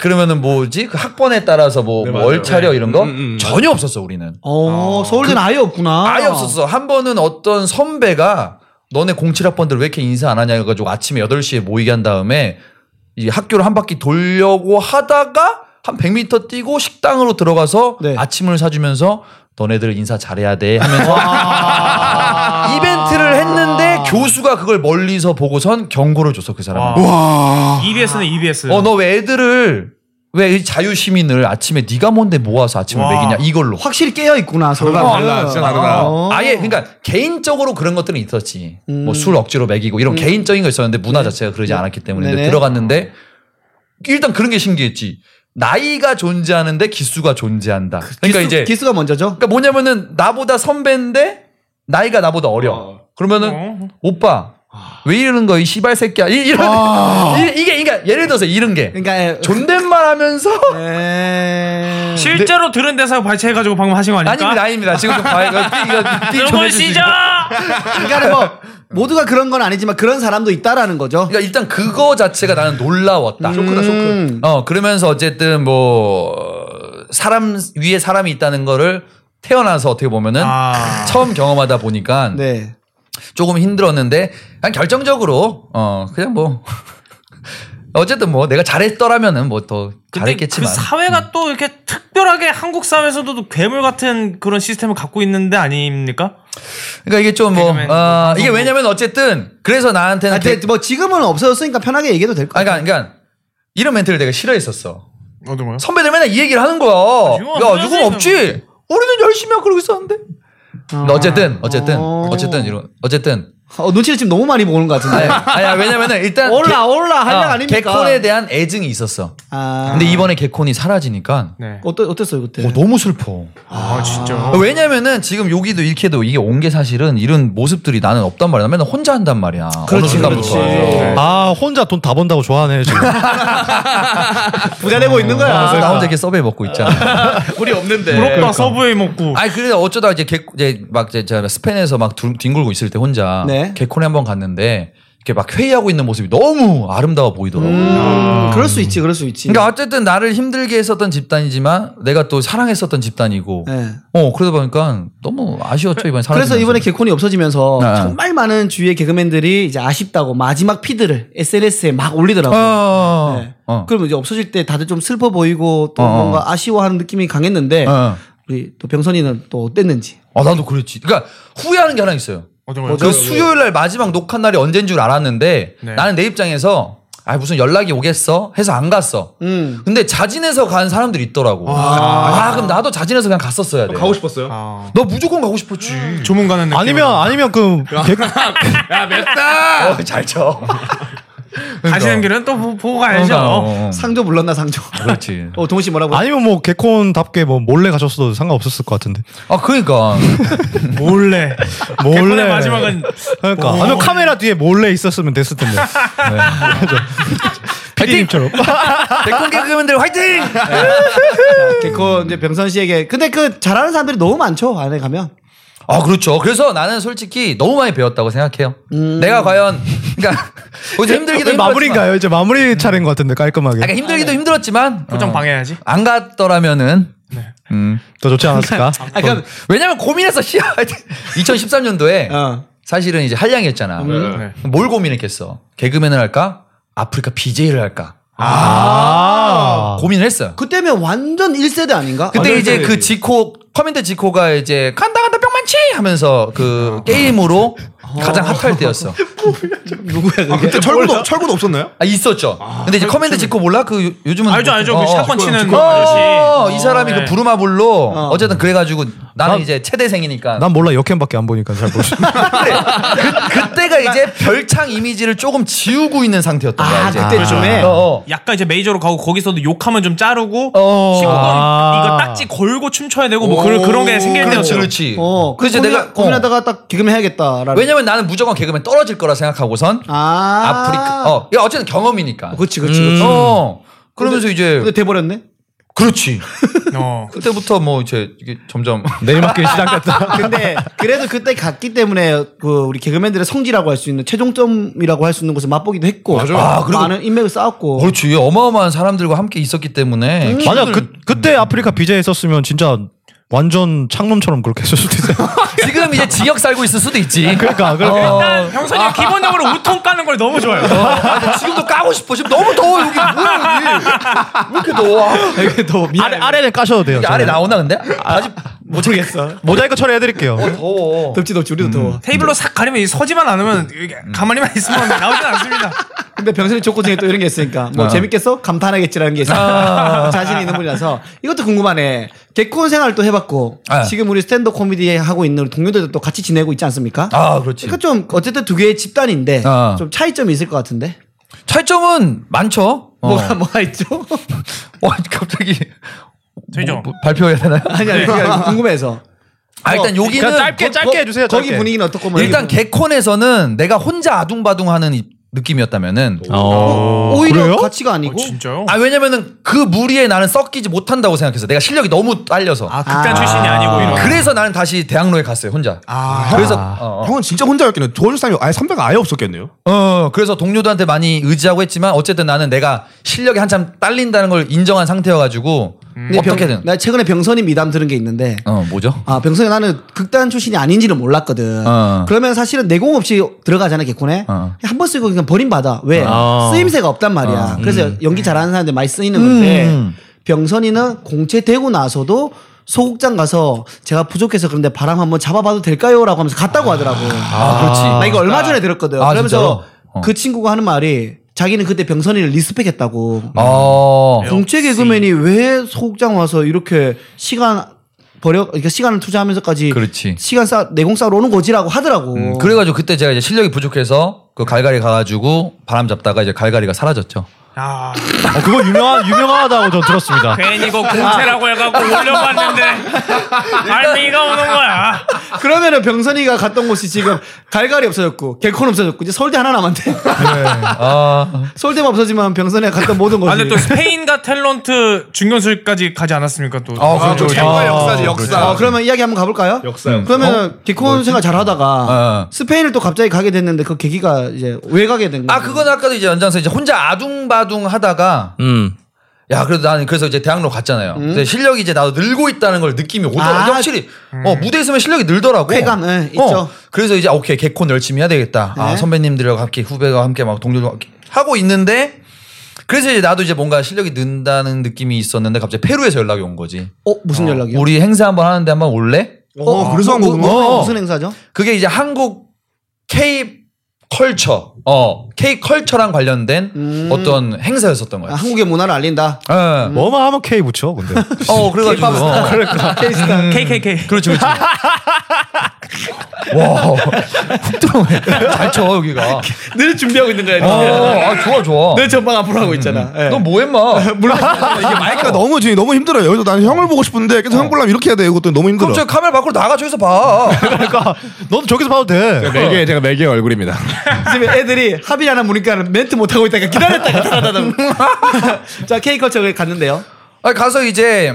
그러면은 뭐지? 그 학번에 따라서 뭐 월차려 이런 거 전혀 없었어 우리는.
어, 서울대는 아예 없구나.
그 아예 없었어. 한 번은 어떤 선배가 너네 07학번들 왜 이렇게 인사 안 하냐 해가지고 아침에 8시에 모이게 한 다음에 이 학교를 한 바퀴 돌려고 하다가 한 100m 뛰고 식당으로 들어가서
네.
아침을 사주면서 너네들 인사 잘해야 돼 하면서 이벤트를 했는데 교수가 그걸 멀리서 보고선 경고를 줬어 그 사람.
와. EBS는 EBS.
어. 어너 왜 애들을 왜 이 자유 시민을 아침에 네가 뭔데 모아서 아침을
와.
먹이냐 이걸로.
확실히 깨어 있구나. 서울
달라, 진짜 다르다.
어.
아예 그러니까 개인적으로 그런 것들은 있었지.
음. 네.
뭐 술 억지로 먹이고 이런 개인적인 거 있었는데 문화 자체가 그러지 않았기 때문에
네네.
근데 들어갔는데 일단 그런 게 신기했지. 나이가 존재하는데 기수가 존재한다. 그러니까
기수,
이제
기수가 먼저죠.
그러니까 뭐냐면은 나보다 선배인데 나이가 나보다 어려. 그러면은
어.
오빠
아.
왜 이러는 거야 이 시발 새끼야 이- 이런 이, 게 그러니까 예를 들어서 이런 게
그러니까 네.
존댓말하면서
에...
실제로 들은 대사 발췌해가지고 방금 하신 거 아닙니까?
아닙니다 아닙니다 지금 좀 봐요 이거 삐- 이거 삐
여러분
전해주시고.
시작!
그러니까 뭐 모두가 그런 건 아니지만 그런 사람도 있다라는 거죠.
그러니까 일단 그거 자체가 나는 놀라웠다.
쇼크다, 쇼크.
어 그러면서 어쨌든 뭐 사람 위에 사람이 있다는 거를 태어나서 어떻게 보면은
아.
처음 경험하다 보니까
네.
조금 힘들었는데 그냥 결정적으로 어 그냥 뭐 어쨌든 뭐 내가 잘했더라면은 뭐 더
근데
잘했겠지만 음.
그 사회가 또 이렇게 특별하게 한국 사회에서도 또 괴물 같은 그런 시스템을 갖고 있는데 아닙니까?
그러니까 이게 좀 뭐
개그맨,
어, 이게 왜냐면 어쨌든 그래서 나한테는
아, 근데 뭐 지금은 없어졌으니까 편하게 얘기해도 될
아
거예요.
그러니까, 그러니까 이런 멘트를 내가 싫어했었어.
어떤 아, 거요?
선배들 맨날 이 얘기를 하는 거야.
지금 뭐.
야, 누군
선배들은-
없지. 우리는 열심히 하고 그러고 있었는데. 근데 어쨌든, 어쨌든,
아. 어.
어쨌든, 이런, 어쨌든.
어, 눈치를 지금 너무 많이 보는 것 같은데.
아야, 왜냐면은 일단.
올라 올라 한량
어,
아닙니까?
개콘에 대한 애증이 있었어.
아.
근데 이번에 개콘이 사라지니까.
네.
어떠, 어땠어요 그때?
어, 너무 슬퍼.
아 진짜.
어, 왜냐면은 지금 여기도 이렇게도 이게 온 게 사실은 이런 모습들이 나는 없단 말이야. 맨날 혼자 한단 말이야. 어느
그렇지,
순간부터.
그렇지.
아 혼자 돈 다 번다고 좋아하네 지금.
부자 되고 있는 거야.
그래서 나 혼자 이렇게 서베이 먹고 있잖아. 우리 없는데.
부럽다 서브웨이 먹고.
아니 그래 어쩌다 이제 개 이제 막 이제 제가 스페인에서 막 둥- 뒹굴고 있을 때 혼자
네.
개콘에 한 번 갔는데 이렇게 막 회의하고 있는 모습이 너무 아름다워 보이더라고. 요
음, 그럴 수 있지, 그럴 수 있지.
그러니까 어쨌든 나를 힘들게 했었던 집단이지만 내가 또 사랑했었던 집단이고.
예.
어 그러다 보니까 너무 아쉬웠죠 이번에 사랑.
그래서 이번에 개콘이 없어지면서
네.
정말 많은 주위의 개그맨들이 이제 아쉽다고 마지막 피드를 SNS에 막 올리더라고요.
어.
네.
어.
그럼 이제 없어질 때 다들 좀 슬퍼 보이고 또
어.
뭔가 아쉬워하는 느낌이 강했는데
어.
우리 또 병선이는 또 어땠는지.
아 나도 그랬지. 그러니까 후회하는 게 하나 있어요. 그 수요일 날 마지막 녹화 날이 언젠 줄 알았는데 나는 내 입장에서 아 무슨 연락이 오겠어 해서 안 갔어.
음.
근데 자진해서 간 사람들이 있더라고. 아, 그럼 나도 자진해서 그냥 갔었어야 돼.
가고 싶었어요.
아.
너 무조건 가고 싶었지.
조문가는
아니면 아니면 그 개-
야 맵다.
어, 잘 쳐.
가시는 길은 또 보- 보고 가야죠.
어.
상조 불렀나 상조.
아, 그렇지.
어 동훈 씨 뭐라고?
아니면 뭐 개콘답게 뭐 몰래 가셨어도 상관없었을 것 같은데.
아 그러니까
몰래 몰래
개콘의 마지막은
어.
그러니까 아니면 카메라 뒤에 몰래 있었으면 됐을 텐데. 네. 피디님처럼. 아,
백콘 개그맨들 화이팅!
개콘 이제 병선 씨에게. 근데 그 잘하는 사람들이 너무 많죠 안에 가면.
아 그렇죠. 그래서 나는 솔직히 너무 많이 배웠다고 생각해요. 내가 과연 그러니까 거기서 힘들기도
오늘 마무리인가요? 이제 마무리 차례인 것 같은데 깔끔하게
그러니까 힘들기도 힘들었지만
표정
어,
방해하지.
안 갔더라면은 음.
더 좋지 않았을까?
아
그러니까
그럼
왜냐면 고민해서 시작 2013년도에
어.
사실은 이제 한량이었잖아.
음.
네.
뭘 고민했겠어? 개그맨을 할까? 아프리카 BJ를 할까?
아,
고민을 했어요.
그때면 완전 1세대 아닌가?
그때
완전
네,
이제
세상이지.
그 지코 커맨드 지코가 이제 간다 간다 뿅 많지 하면서 그 게임으로
아.
가장 핫할 때였어.
아, 그때 철구도 철구도 없었나요?
아 있었죠. 근데 이제 커맨드 지코 몰라? 그 요- 요즘은
그렇죠. 알죠 알죠. 그 샷건 치는 그 아저씨.
어, 이 사람이 그
네.
부르마블로 어. 쨌든 그래가지고 나는
난-
이제 체대생이니까
어, 난 몰라 역캠밖에 안 보니까 잘 모르.
그때가 이제 별창 이미지를 조금 지우고 있는 상태였던 거야
아
이제.
그때쯤에.
어, 어.
약간 이제 메이저로 가고 거기서도 욕하면 좀 자르고
어.
시공은
아.
이거 딱지 걸고 춤춰야 되고 뭐 그런 그런 게 생길
그렇지
때였죠.
그렇지.
어.
그래서
그래서
내가 어.
내가 고민하다가 딱 개그맨 해야겠다라는.
왜냐면 나는 무조건 개그맨 떨어질 거라 생각하고선
아.
아프리카 어 이거 어쨌든 경험이니까.
그렇지 그렇지. 그렇지. 음.
어. 그러면서 이제
근데 돼버렸네.
그렇지.
어.
그때부터 뭐 이제 이게 점점
내리막길 시작했다.
아.
근데 그래도 그때 갔기 때문에 그 우리 개그맨들의 성지라고 할 수 있는 최종점이라고 할 수 있는 곳을 맛보기도 했고
아, 그리고-
많은 인맥을 쌓았고
그렇지 어마어마한 사람들과 함께 있었기 때문에
음.
기-
만약 그 그때 아프리카 BJ 했었으면 진짜 완전 창놈처럼 그렇게 했을 수도 있어요.
지금 이제 지역 살고 있을 수도
아,
있지.
그러니까 그렇게
어.
일단 형선이 형 기본적으로 우통 까는 걸 너무 좋아요.
어, 아, 근데 지금도 까고 싶어. 지금 너무 더워 여기 뭐야 여기 왜 이렇게 더워?
아래 뭐 아래는 까셔도 돼요.
여기
저는.
아래 나오나 근데 아직
모르겠어
모자이크 처리해드릴게요.
더워.
덥지 덥지 우리도 더워
테이블로 싹 가리면 이 서지만 않으면 이렇게
음.
가만히만 있으면 나오진 않습니다.
근데 병선이 조고 중에 또 이런 게 있으니까 뭐 재밌겠어? 감탄하겠지라는 게 있어 자신 있는 분이라서 이것도 궁금하네 개콘 생활도 해봤고
아.
지금 우리 스탠드 코미디 하고 있는 우리 동료들도 또 같이 지내고 있지 않습니까?
아 그렇지.
그러니까 좀 어쨌든 두 개의 집단인데
아.
좀 차이점이 있을 것 같은데
차이점은 많죠. 어.
뭐가 뭐가 있죠?
와 갑자기
되죠.
뭐 발표해야 되나요?
아니 아니 그냥 궁금해서
아 일단 여기는
그냥 짧게
뭐,
짧게 해주세요.
거기
짧게.
분위기는 어떻고 뭐
일단
이렇게
개콘에서는 내가 혼자 아둥바둥하는 이- 느낌이었다면은
어...
오히려
그래요?
가치가 아니고
어, 진짜요?
아 왜냐면은 그 무리에 나는 섞이지 못한다고 생각했어. 내가 실력이 너무 딸려서.
아 극단 출신이 아니고 이런.
그래서 나는 다시 대학로에 갔어요 혼자.
아,
그래서
형,
어,
형은 진짜 혼자였겠네요. 도와줄 사람이 아예 선배가 아예 없었겠네요.
어. 어, 그래서 동료들한테 많이 의지하고 했지만 어쨌든 나는 내가 실력이 한참 딸린다는 걸 인정한 상태여가지고
근데 병-
어떻게든.
나 최근에 병선이 미담 들은 게 있는데
어 뭐죠?
아 병선이 나는 극단 출신이 아닌지는 몰랐거든.
어.
그러면 사실은 내공 없이 들어가잖아 개콘에
어.
한 번 쓰고 그냥 버림받아 왜
어.
쓰임새가 없단 말이야.
음.
그래서 연기 잘하는 사람들 많이 쓰이는 건데 병선이는 공채되고 나서도 소극장 가서 제가 부족해서 그런데 바람 한번 잡아봐도 될까요?라고 하면서 갔다고 하더라고.
아 그렇지.
나 이거 얼마 전에 들었거든.
아,
그러면서
진짜로? 어.
그 친구가 하는 말이 자기는 그때 병선이를 리스펙했다고.
어.
공채 개그맨이 왜 소극장 와서 이렇게 시간 버려 그러니까 시간을 투자하면서까지
그렇지.
시간 쌓 내공 쌓으러 오는 거지라고 하더라고.
음, 그래가지고 그때 제가 이제 실력이 부족해서 그 갈갈이 가가지고 바람 잡다가 이제 갈갈이가 사라졌죠.
아,
아, 그거 유명하, 유명하다고 전 들었습니다.
괜히 이거 공채라고 해갖고
아.
올려봤는데 알미가 오는 거야. 아,
아, 그러면은 병선이가 갔던 곳이 지금 갈갈이 없어졌고 개콘 없어졌고 이제 서울대 하나 남았대.
아,
서울대만 없어지만 병선이가 갔던 모든
아,
곳이.
근데 또 스페인과 탤런트 준결승까지 가지 않았습니까 또?
아, 그렇죠.
최고의 역사지
아,
역사.
그러면 이야기 한번 가볼까요?
역사요.
그러면 개콘 생활 잘하다가
어.
스페인을 또 갑자기 가게 됐는데 그 계기가 이제 왜 가게 된 거예요?
아 그건 아까도 이제 연장선 이제 혼자 아둥바둥 하다가
음.
야 그래도 나는 그래서 이제 대학로 갔잖아요. 근데 실력이 이제 나도 늘고 있다는 걸 느낌이 오더라.
음. 아,
고 확실히 어 무대 있으면 실력이 늘더라고.
쾌감, 예,
어,
있죠.
그래서 이제 오케이 개콘 열심히 해야 되겠다. 아
네.
선배님들과 함께 후배가 함께 막 동료들과 함께 하고 있는데 그래서 이제 나도 이제 뭔가 실력이 는다는 느낌이 있었는데 갑자기 페루에서 연락이 온 거지.
어 무슨 연락이요?
우리 행사 한번 하는데 한번 올래?
어, 그래서 한 거구나.
뭐, 무슨 행사죠?
그게 이제 한국 K 컬처, 어 K 컬처랑 관련된
음.
어떤 행사였었던 거야.
아, 한국의 문화를 알린다.
예.
뭐만 하면 K 붙여, 근데.
어 그래가지고 어.
아,
케이스다.
KKK.
그렇죠, 그렇죠. 와, 훅들어오네. 잘 쳐, 여기가.
늘 준비하고 있는 거야.
어, 아, 좋아, 좋아.
늘 전방 앞으로 하고 있잖아. 예.
너 뭐 했마?
이게 마이크가 너무 지금 너무 힘들어요. 여기서 나는 형을 보고 싶은데 계속 형 보려면 이렇게 해야 돼. 이것도 너무 힘들어.
그럼 저 카메라 밖으로 나가, 저기서 봐.
그러니까, 너도 저기서 봐도 돼.
네, 매개 제가 매개 얼굴입니다.
지금 애들이 합의를 하나 보니까 멘트 못 하고 있다가 기다렸다가 따라다다. 자 케이컬처에 갔는데요.
아 가서 이제,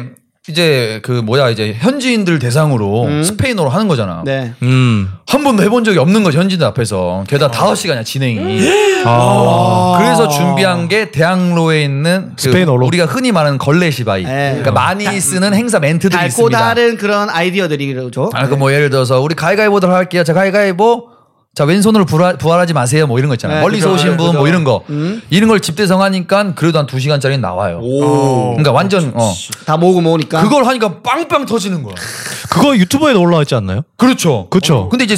이제, 그, 뭐야, 이제, 현지인들 대상으로
음.
스페인어로 하는 거잖아.
네.
음.
한 번도 해본 적이 없는 거지, 현지인들 앞에서. 게다가
아.
다섯 시간이야, 진행이.
음.
아.
그래서 준비한 게 대학로에 있는 그
스페인어로?
우리가 흔히 말하는 걸레시바이.
네.
그러니까 많이 쓰는 행사 멘트들이
달고
있습니다.
다른 그런 아이디어들이죠.
아, 그 뭐 예를 들어서 우리 가위가위보들 할게요. 자, 가위가위보. 자, 왼손으로 부활, 부활하지 마세요. 뭐 이런 거 있잖아요.
네, 그죠,
멀리서
음.
오신 분,
그죠.
뭐 이런 거. 이런 걸 집대성하니까 그래도 한 두시간짜리 나와요. 그러니까
아,
완전, 어.
다 모으고 모으니까.
그걸 하니까 빵빵 터지는 거야.
그거 유튜브에도 올라와 있지 않나요?
그렇죠.
그쵸.
근데 이제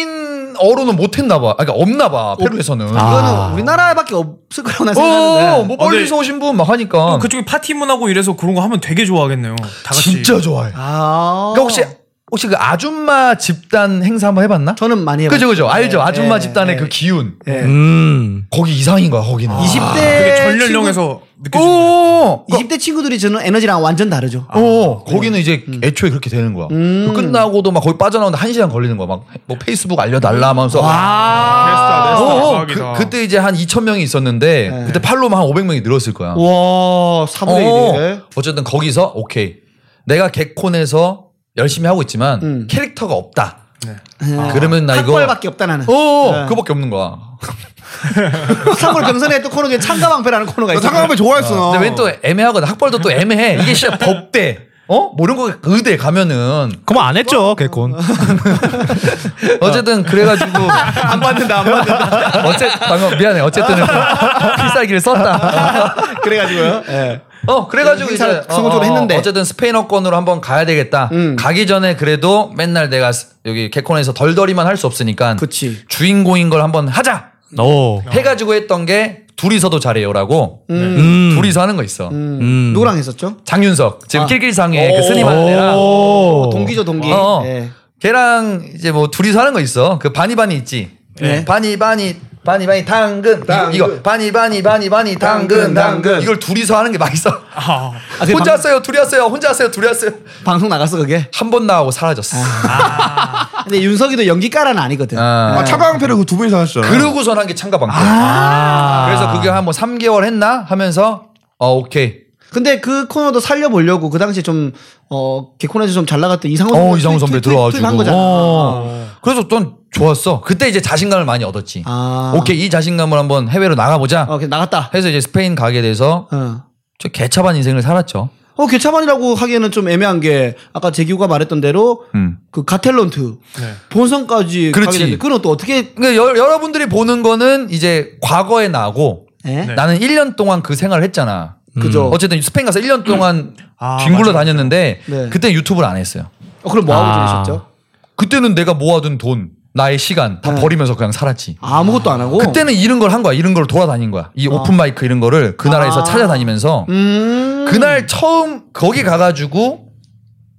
스페인어로는 못했나 봐. 아, 그러니까 없나 봐. 페루에서는.
이거는 우리나라밖에 없을 거라고 나
아. 어,
생각하는데.
뭐 멀리서 오신 분 막 하니까.
그쪽에 파티 문화고 이래서 그런 거 하면 되게 좋아하겠네요. 다 같이.
진짜 좋아해.
아.
그러니까 혹시, 혹시 그 아줌마 집단 행사 한번 해봤나?
저는 많이 해봤
그죠, 네, 그죠. 알죠.
예,
아줌마
예,
집단의
예.
그 기운.
예.
음.
거기 이상인 거야, 거기는. 아.
20대
그게 전
친구-
연령에서 네, 느껴지는
오!
20대 친구들이 저는 에너지랑 완전 다르죠.
어, 거기는 이제
음.
애초에 그렇게 되는 거야. 그 끝나고도 막 거기 빠져나오는데 한 시간 걸리는 거야. 막 뭐 페이스북 알려달라 하면서.
아,
어, 어,
대박이다.
그, 그때 이제 한 2,000명이 있었는데, 그때 팔로만 한 500명이 늘었을 거야.
와, 4분의
어,
네. 1이네.
어쨌든 거기서, 오케이. 내가 개콘에서 열심히 하고 있지만, 캐릭터가 없다. 그러면 나 이거.
음. 아. 학벌밖에 없다 나는.
어,
네.
그거밖에 없는 거야.
상골 병선에 또 코너에 참가방패라는 코너가
나
있어.
상관없이 좋아했어. 나.
근데 왠또 애매하거든. 학벌도 또 애매해. 이게 진짜 법대. 어? 뭐 이런 거 의대 가면은.
그럼 안 했죠, 개콘.
어쨌든 그래가지고.
안 받는다, 안 받는다. 아.
어째 방금 미안해. 어쨌든 필살기를 썼다.
그래가지고요. 예.
어 그래가지고 이제
행사를
어,
성공적으로
어,
했는데. 음.
어쨌든 스페인어권으로 한번 가야 되겠다. 가기 전에 그래도 맨날 내가 스- 여기 개콘에서 덜덜이만 할 수 없으니까
그치. 어.
주인공인 걸 한번 하자.
오.
해가지고 했던 게 둘이서도 잘해요라고
음.
음. 둘이서 하는 거 있어. 음.
누구랑 했었죠?
장윤석 지금
음. 아.
킬킬상의
오.
그 스님 하는
어.
애랑
오.
동기죠, 동기.
어.
예.
걔랑 이제 뭐 둘이서 하는 거 있어. 그 바니바니 있지.
네.
바니바니 바니바니 당근,
당근.
이거 이거. 바니바니 바니바니
당근,
당근
당근.
이걸 둘이서 하는 게 막 있어.
아,
그게
혼자
방-
하세요, 둘이 하세요, 혼자 하세요, 둘이 하세요.
방송 나갔어, 그게.
한 번 나오고 사라졌어.
아. 근데 윤석이도 연기가라는 아니거든.
아.
아, 차가방패를 그 두 분이 사셨잖아.
그러고선 한 게 참가방패.
아.
그래서 그게 한 뭐 3개월 했나 하면서 어 오케이.
근데 그 코너도 살려보려고 그 당시에 좀, 어, 개콘에서 좀 잘 나갔던 이상호
어
선배
이상훈
투입-
선배
투입- 투입한
들어와가지고.
거잖아.
어. 그래서 넌 좋았어. 그때 이제 자신감을 많이 얻었지.
아.
오케이 이 자신감을 한번 해외로 나가보자.
어, 그냥 나갔다.
해서 이제 스페인 가게 돼서
어.
저 개차반 인생을 살았죠.
어, 개차반이라고 하기에는 좀 애매한 게 아까 재규가 말했던 대로 그 가텔런트 본선까지
음. 그렇지.
가게 됐는데 그건 또 어떻게
그러니까 여, 여러분들이 보는 거는 이제 과거에 나고
예?
나는 1년 동안 그 생활을 했잖아.
그죠.
음. 어쨌든 스페인 가서 1년 동안
아,
뒹굴러
맞아,
다녔는데
네.
그때 유튜브를 안 했어요.
어, 그럼 뭐 하고
아.
지내셨죠?
그때는 내가 모아둔 돈, 나의 시간 다 버리면서 그냥 살았지.
아무것도 안 하고
그때는 이런 걸 한 거야. 이런 걸 돌아다닌 거야. 이 오픈 마이크 이런 거를 그 나라에서
아.
찾아다니면서
음.
그날 처음 거기 가가지고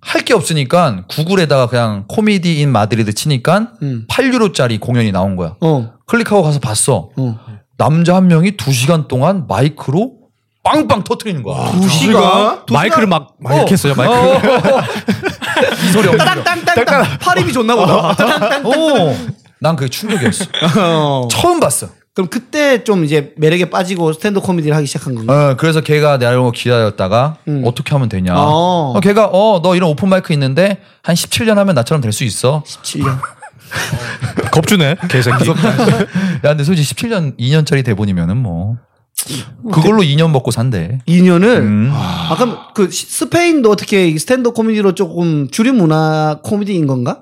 할 게 없으니까 구글에다가 그냥 코미디 인 마드리드 치니까
음.
8유로짜리 공연이 나온 거야.
어.
클릭하고 가서 봤어.
어.
남자 한 명이 두 시간 동안 마이크로 빵빵 터트리는 거야.
두 시간?
마이크를 막
어.
이렇게 했어요 마이크.
어, 어, 어. 이 소리 없는 거.
땅땅땅땅 팔힘이 좋나 보다. 땅땅땅.
어. 난 그게 충격이었어.
어.
처음 봤어.
그럼 그때 좀 이제 매력에 빠지고 스탠드 코미디를 하기 시작한 건가?
어, 그래서 걔가 나 이런 거 기다렸다가 어떻게 하면 되냐.
음. 어.
어, 걔가 어 너 이런 오픈 마이크 있는데 한 17년 하면 나처럼 될 수 있어.
7년.
겁주네 개새끼.
야 근데 솔직히 17년 2년짜리 대본이면은 뭐 그걸로 2년 먹고 산대.
2년을
음.
아까 그 시- 스페인도 어떻게 이 스탠드 코미디로 조금 주류 문화 코미디인 건가?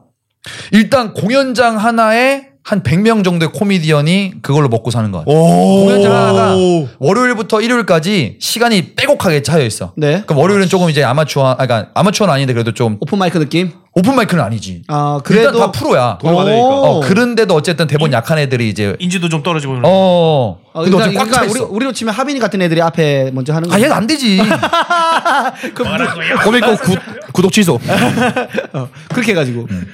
일단 공연장 하나에 한 100명 정도의 코미디언이 그걸로 먹고 사는 것 같아. 공연장 하나가 월요일부터 일요일까지 시간이 빼곡하게 차여 있어.
네.
그럼 월요일은 조금 이제 아마추어, 아, 그러니까 아마추어는 아닌데 그래도 좀
오픈 마이크 느낌?
오픈 마이크는 아니지.
아,
일단
그래도
다 프로야.
오.
어, 그런데도 어쨌든 대본 약한 애들이 이제
인지도 좀 떨어지고
어, 어.
어,
근데
그러니까,
어떻게 꽉
그러니까
차
우리,
있어.
우리로 치면 하빈이 같은 애들이 앞에 먼저 하는 거.
아, 얘는 안 되지.
코믹코 구독 취소.
어, 그렇게 해가지고
음.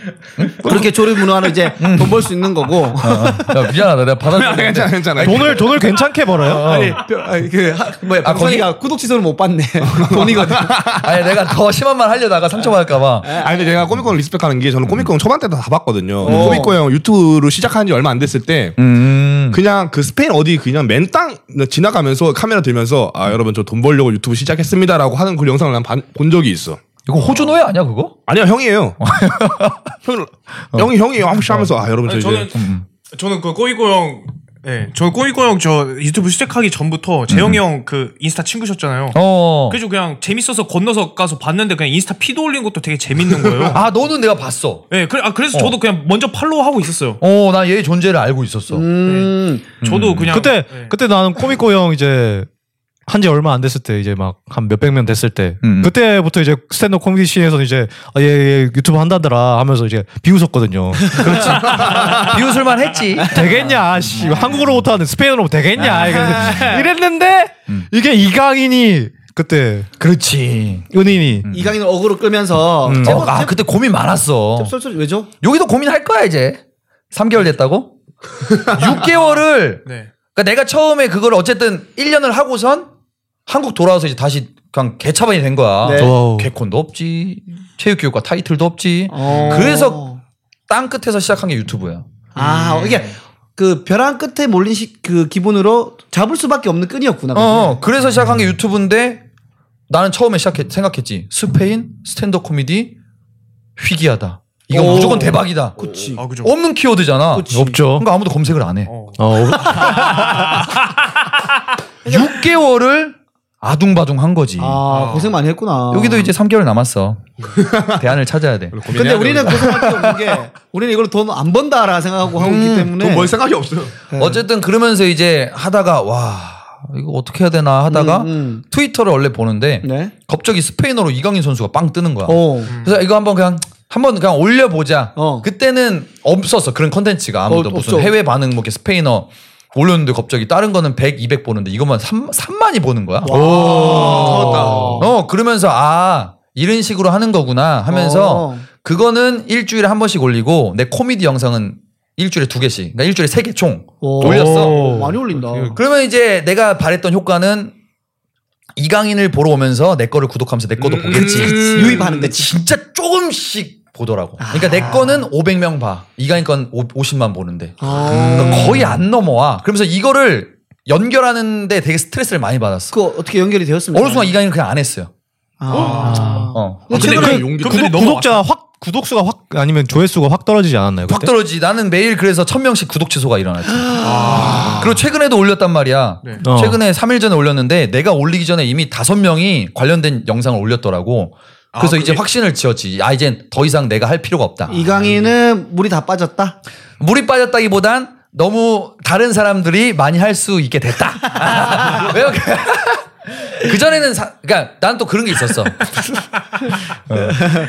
그렇게 조류 문화로 이제 돈 벌 수 있는 거고.
어. 야, 미안하다. 내가 받아들여.
괜찮아, 괜찮아.
돈을 돈을 괜찮게 벌어요.
아니, 그 하- 뭐야
아,
방송이가 구독 취소를 못 받네. 돈이거든.
아니, 내가 더 심한 말 하려다가 상처받을까봐.
아니 근데
음.
제가 코믹콘을 리스펙하는 게 저는 코믹콘 초반 때도 다 봤거든요. 코믹콘 형 유튜브로 시작한 지 얼마 안 됐을 때
음.
그냥 그 스페인 어디 그냥 맨땅 지나가면서 카메라 들면서 아 여러분 저 돈 벌려고 유튜브 시작했습니다라고 하는 그 영상을 난 본 적이 있어.
이거 호주 노예 아니야, 그거?
아니야 형이에요.
어.
형, 형이 형이 아무시 하면서 아 여러분 저
아니,
이제
저는 저는 그 꼬이고 형 예, 저는 꼬이고 형 저 유튜브 시작하기 전부터 재영이 형 그 인스타 친구셨잖아요.
어.
그래서 그냥 재밌어서 건너서 가서 봤는데 그냥 인스타 피도 올린 것도 되게 재밌는 거예요.
아, 너는 내가 봤어.
예, 그래, 아, 그래서 저도 그냥 먼저 팔로우 하고 있었어요.
어, 나 얘의 존재를 알고 있었어.
음,
저도 그냥
그때
예.
그때 나는 코미코 형 이제 한 지 얼마 안 됐을 때 이제 막 한 몇백 명 됐을 때
음.
그때부터 이제 스탠드 코미디 씬에서 이제 아, 얘, 얘 유튜브 한다더라 하면서 이제 비웃었거든요. 그렇지
아, 비웃을만 했지.
되겠냐? 씨 한국어로 못하는데 스페인어로
아.
되겠냐? 이랬는데, 이랬는데
음.
이게 이강인이 그때
그렇지.
은인이
음.
이강인 어그로 끌면서
어,
제법
아,
제법
그때 고민 많았어.
쏠쏠 왜죠?
여기도 고민할 거야, 이제. 3개월 됐다고? 6개월을.
네.
그러니까 내가 처음에 그걸 어쨌든 1년을 하고선 한국 돌아와서 이제 다시 그냥 개차반이 된 거야. 어,
네.
와우.
개콘도 없지. 체육교육과 타이틀도 없지.
어.
그래서 땅 끝에서 시작한 게 유튜브야.
아 이게 그 벼랑 끝에 몰린 시, 그 기분으로 잡을 수밖에 없는 끈이었구나.
어,
네.
어, 그래서 시작한 게 유튜브인데 나는 처음에 시작했 생각했지. 스페인 스탠더 코미디 희귀하다. 이거
오.
무조건 대박이다.
그치.
아, 그죠.
없는 키워드잖아.
그치.
없죠.
그러니까 아무도 검색을 안 해.
어.
어,
6개월을 아둥바둥 한 거지.
아 고생 많이 했구나.
여기도 이제 3개월 남았어. 대안을 찾아야 돼.
근데 우리는 고생할 게 없는 게 우리는 이걸 돈 안 번다라 생각하고 하고 있기 때문에
네.
돈벌 생각이 없어요.
어쨌든 그러면서 이제 하다가 와 이거 어떻게 해야 되나 하다가
음, 음.
트위터를 원래 보는데
네.
갑자기 스페인어로 이강인 선수가 빵 뜨는 거야.
어.
그래서 이거 한번 그냥 한번 그냥 올려보자.
어.
그때는 없었어 그런 컨텐츠가 아무도
어,
무슨
없죠.
해외 반응 뭐 이렇게 스페인어 올렸는데 갑자기 다른 거는 100, 200 보는데 이것만 3, 3만이 보는 거야. 어 그러면서 아 이런 식으로 하는 거구나 하면서
어.
그거는 일주일에 한 번씩 올리고 내 코미디 영상은 일주일에 두 개씩 그러니까 일주일에 세 개 총.
오.
올렸어.
오, 많이 올린다.
그러면 이제 내가 바랬던 효과는 이강인을 보러 오면서 내 거를 구독하면서 내
음.
것도 보겠지.
유입하는
근데
거지.
진짜 조금씩 보더라고. 그러니까 내 거는 500명 봐. 이강인 건 오- 50만 보는데.
아.
그러니까 거의 안 넘어와. 그러면서 이거를 연결하는데 되게 스트레스를 많이 받았어.
그거 어떻게 연결이 되었습니까?
어느 순간 이강인은 그냥 안 했어요.
아.
음. 어.
근데
최근에
그-
용기-
그분들이
구독,
넘어왔어.
구독자 확 구독수가 확 아니면 조회수가 확 떨어지지 않았나요?
확
그때?
떨어지지. 나는 매일 그래서 1000명씩 구독 취소가 일어났지. 그리고 최근에도 올렸단 말이야.
네.
어.
최근에 3일 전에 올렸는데 내가 올리기 전에 이미 5명이 관련된 영상을 올렸더라고. 아, 그래서 이제 확신을 지었지. 아, 이젠 더 이상 내가 할 필요가 없다.
이강인은 물이 다 빠졌다.
물이 빠졌다기보단 너무 다른 사람들이 많이 할 수 있게 됐다. 왜요? 그 전에는 그러니까 난 또 그런 게 있었어.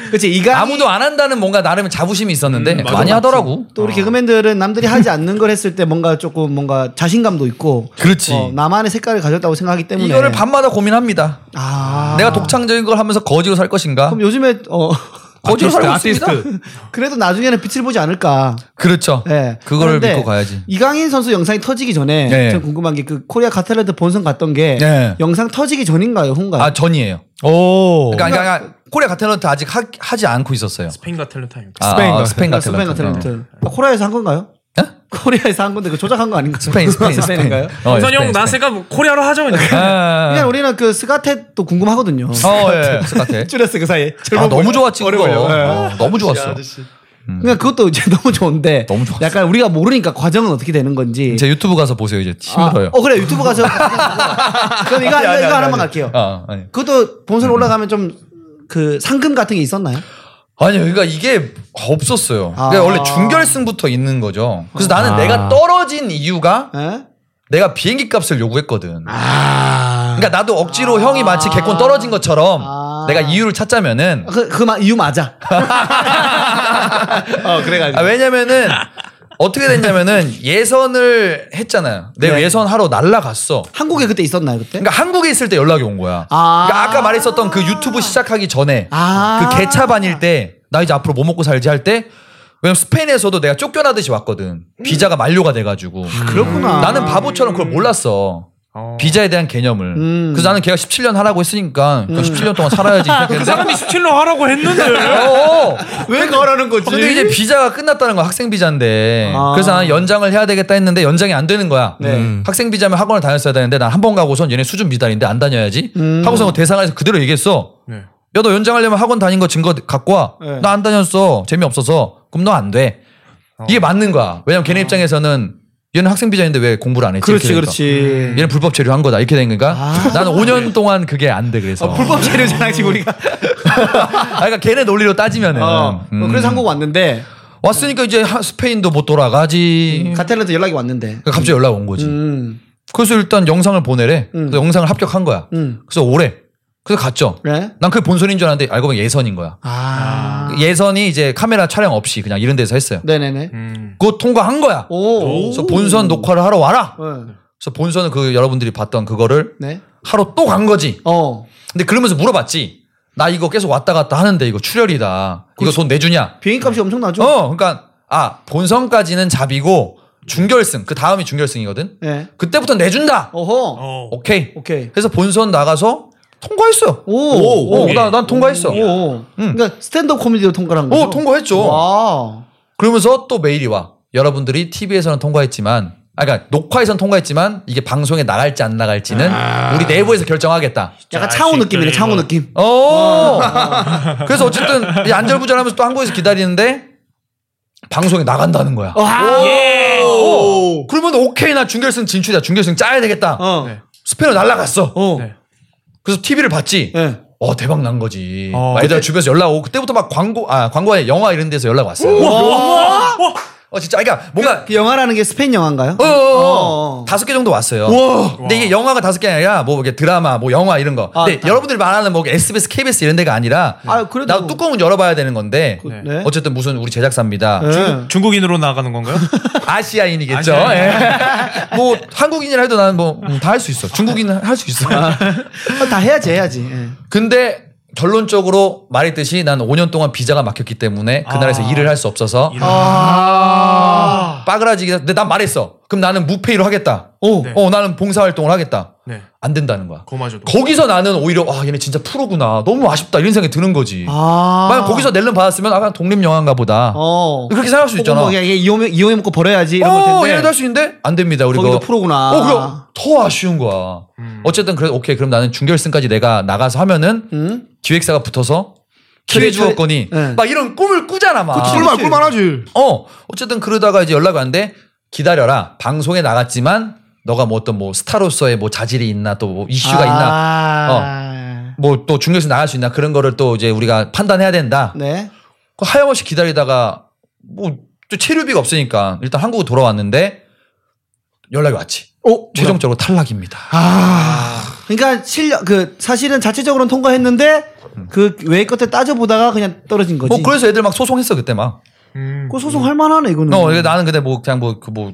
그렇지 이강인
아무도 안 한다는 뭔가 나름 자부심이 있었는데 많이 하더라고.
또 우리 개그맨들은 남들이 하지 않는 걸 했을 때 뭔가 조금 뭔가 자신감도 있고
그렇지.
어, 나만의 색깔을 가졌다고 생각하기 때문에
이거를 밤마다 고민합니다.
아
내가 독창적인 걸 하면서 거지로 살 것인가?
그럼 요즘에 어
거지로 살고
아티스트,
있습니다.
아티스트.
그래도 나중에는 빛을 보지 않을까.
그렇죠.
예.
그거를
그런데
믿고 가야지.
이강인 선수 영상이 터지기 전에
예.
전 궁금한 게 그 코리아 가타랜드 본선 갔던 게
예.
영상 터지기 전인가요, 혼가요?
아 전이에요.
오.
그러니까, 그러니까, 그러니까 코리아 가탤런트 아직 하, 하지 않고 있었어요.
스페인 같은 타임.
아,
스페인
아,
같은-
스페인 가탤런트.
스페인 가타랜트. 코리아에서 한 건가요?
예?
코리아에서 한 건데 그 조작한 거 아닌가?
스페인 스페인 어, 예, 스페인인가요? 예.
선형 나세가 뭐 코리아로 하죠. 그냥.
그냥 우리는 그 스가텟도 궁금하거든요.
어, 예. 스카테.
줄였어 그 사이에.
아, 너무 좋았지, 그거.
네.
어, 너무
아,
좋았어.
그러니까 그것도 이제 너무 좋은데
음. 너무 좋았어.
약간 우리가 모르니까 과정은 어떻게 되는 건지
제 유튜브 가서 보세요, 이제. 힘들어요.
아, 어 그래 유튜브 가서 그럼 이거 이거, 이거 하나만 갈게요.
아, 아니. 음.
그것도 본선 올라가면 좀 그 상금 같은 게 있었나요?
아니요, 그러니까 이게 없었어요.
아.
그러니까 원래 중결승부터 있는 거죠. 그래서 나는
아.
내가 떨어진 이유가
예?
내가 비행기 값을 요구했거든. 그러니까 나도 억지로 형이 마치 개콘 떨어진 것처럼
아.
내가 이유를 찾자면은
그, 그 마- 이유 맞아. 어 그래가지고.
아, 왜냐면은 어떻게 됐냐면은 예선을 했잖아요. 내가
네.
예선 하러 날라갔어.
한국에 그때 있었나요 그때?
그러니까 한국에 있을 때 연락이 온 거야.
아.
그러니까 아까 말했었던 그 유튜브 시작하기 전에
아.
그 개차 반일 때 나 이제 앞으로 뭐 먹고 살지 할 때 왜냐면 스페인에서도 내가 쫓겨나듯이 왔거든. 비자가 만료가 돼가지고.
음. 아, 그렇구나.
나는 바보처럼 그걸 몰랐어. 비자에 대한 개념을.
음.
그래서 나는 걔가 17년 하라고 했으니까 그 17년 동안 살아야지.
그 사람이 17로 하라고 했는데.
어,
왜 그러는 거지?
근데 이제 비자가 끝났다는 거야 학생 비자인데
아.
그래서 나는 연장을 해야 되겠다 했는데 연장이 안 되는 거야
네.
음. 학생 비자면 학원을 다녔어야 되는데 난 한 번 가고선 얘네 수준 미달인데 안 다녀야지
음.
하고서 뭐 대상에서 그대로 얘기했어
네.
야 너 연장하려면 학원 다닌 거 증거 갖고 와나
네.
안 다녔어 재미없어서 그럼 너 안돼
어.
이게 맞는 거야 왜냐면 걔네 입장에서는 얘는 학생 비자인데 왜 공부를 안 했지
아. 그렇지
이렇게 되니까.
그렇지.
얘는 불법 체류한 거다 이렇게 된 거니까
음. 아. 어,
나는 5년 동안 그게 안 돼 그래서
불법 재료잖아 지금 우리가.
아, 그러니까 걔네 논리로 따지면은
어.
음.
그래서 한국 왔는데
왔으니까 이제 하- 스페인도 못 돌아가지.
가텔레한테 연락이 왔는데.
그러니까 갑자기 연락 온 거지.
음.
그래서 일단 영상을 보내래. 그래서 영상을 합격한 거야.
음.
그래서 오래. 그래서 갔죠.
네.
난 그게 본선인 줄 알았는데 알고 보면 예선인 거야.
아.
예선이 이제 카메라 촬영 없이 그냥 이런 데서 했어요.
네네네.
음.
그거 통과한 거야.
오.
그래서 음. 본선 녹화를 하러 와라.
어.
그래서 본선은 그 여러분들이 봤던 그거를
네.
하러 또 간 거지.
어.
근데 그러면서 물어봤지. 나 이거 계속 왔다 갔다 하는데 이거 출혈이다. 이거 돈 내주냐?
비행기 값이 엄청나죠?
어, 그러니까 아 본선까지는 잡이고 중결승 그 다음이 중결승이거든.
네.
그때부터 내준다.
어허.
어.
오케이.
오케이.
그래서 본선 나가서 통과했어요.
오.
오,
오케이.
나, 난 통과했어.
오.
오, 음.
그러니까 스탠드업 코미디로 통과한 거죠?
어, 통과했죠.
와.
그러면서 또 메일이 와. 여러분들이 TV에서는 통과했지만, 아, 그러니까 녹화에선 통과했지만, 이게 방송에 나갈지 안 나갈지는 우리 내부에서 결정하겠다.
약간 차오 느낌이네. 차오 느낌.
어. 그래서 어쨌든 이 안절부절하면서 또 한국에서 기다리는데 방송에 나간다는 거야.
와.
예.
오. 그러면 오케이 나 중결승 진출이다. 중결승 짜야 되겠다.
어.
네.
스페인으로 날라갔어.
어.
네.
그래서 TV를 봤지.
네.
어 대박 난 거지.
어.
애들 주변에서 연락 오고 그때부터 막 광고 아 광고 아니 영화 이런 데서 연락 왔어요.
와. 와.
어 진짜 그러니까 뭔가
그 영화라는 게 스페인 영화인가요?
어, 어,
어,
어,
어.
다섯 개 정도 왔어요. 근데 이게 영화가 다섯 개 아니라 뭐 이게 드라마 뭐 영화 이런 거.
아,
근데
다.
여러분들이 말하는 뭐 SBS, KBS 이런 데가 아니라
아, 그래도-
나 뚜껑은 열어봐야 되는 건데
네.
어쨌든 무슨 우리 제작사입니다.
네.
중국인으로 나가는 건가요?
아시아인이겠죠. 예. 뭐 한국인이라 해도 나는 뭐 다 할 수 있어. 중국인 은 할 수 있어.
어, 다 해야지 해야지. 예.
근데 결론적으로 말했듯이 난 5년 동안 비자가 막혔기 때문에 그 나라에서
아.
일을 할 수 없어서
아.
빠그라지기 근데 난 말했어 그럼 나는 무페이로 하겠다
오.
네.
어 나는 봉사활동을 하겠다
네.
안 된다는 거야
고마죠.
거기서 나는 오히려 아 얘네 진짜 프로구나 너무 아쉽다 이런 생각이 드는 거지
아.
만약 거기서 넬름 받았으면 아까 독립영화인가 보다
어.
그렇게 생각할 수 있잖아
뭐 그냥 이게 이용해 이용해 먹고 버려야지 이런 걸
어
텐데.
얘네도 할 수 있는데 안 됩니다 우리
거기도 프로구나.
어, 그럼 더 아쉬운 거야. 어쨌든 그래 오케이 그럼 나는 중결승까지 내가 나가서 하면은
음?
기획사가 붙어서 기회
그래,
주었거니
그래, 네.
막 이런 꿈을 꾸잖아 막.
꿀만 꿀만하지.
어 어쨌든 그러다가 이제 연락이 왔는데 기다려라 방송에 나갔지만 너가 뭐 어떤 뭐 스타로서의 뭐 자질이 있나 또뭐
아.
이슈가 있나
있나?
뭐 또 중결승 나갈 수 있나 그런 거를 또 이제 우리가 판단해야 된다.
네.
그 하염없이 기다리다가 뭐또 체류비가 없으니까 일단 한국으로 돌아왔는데 연락이 왔지.
어?
오,
최종적으로 탈락입니다. 아.
그러니까 실력 그 사실은 자체적으로는 통과했는데 그 외의 것들 따져 보다가 그냥 떨어진 거지.
뭐 그래서 애들 막 소송했어 그때 막.
음.
음.
그거 소송할 만하네 이거는.
어, 이게 나는 근데 뭐 그냥 뭐 그 뭐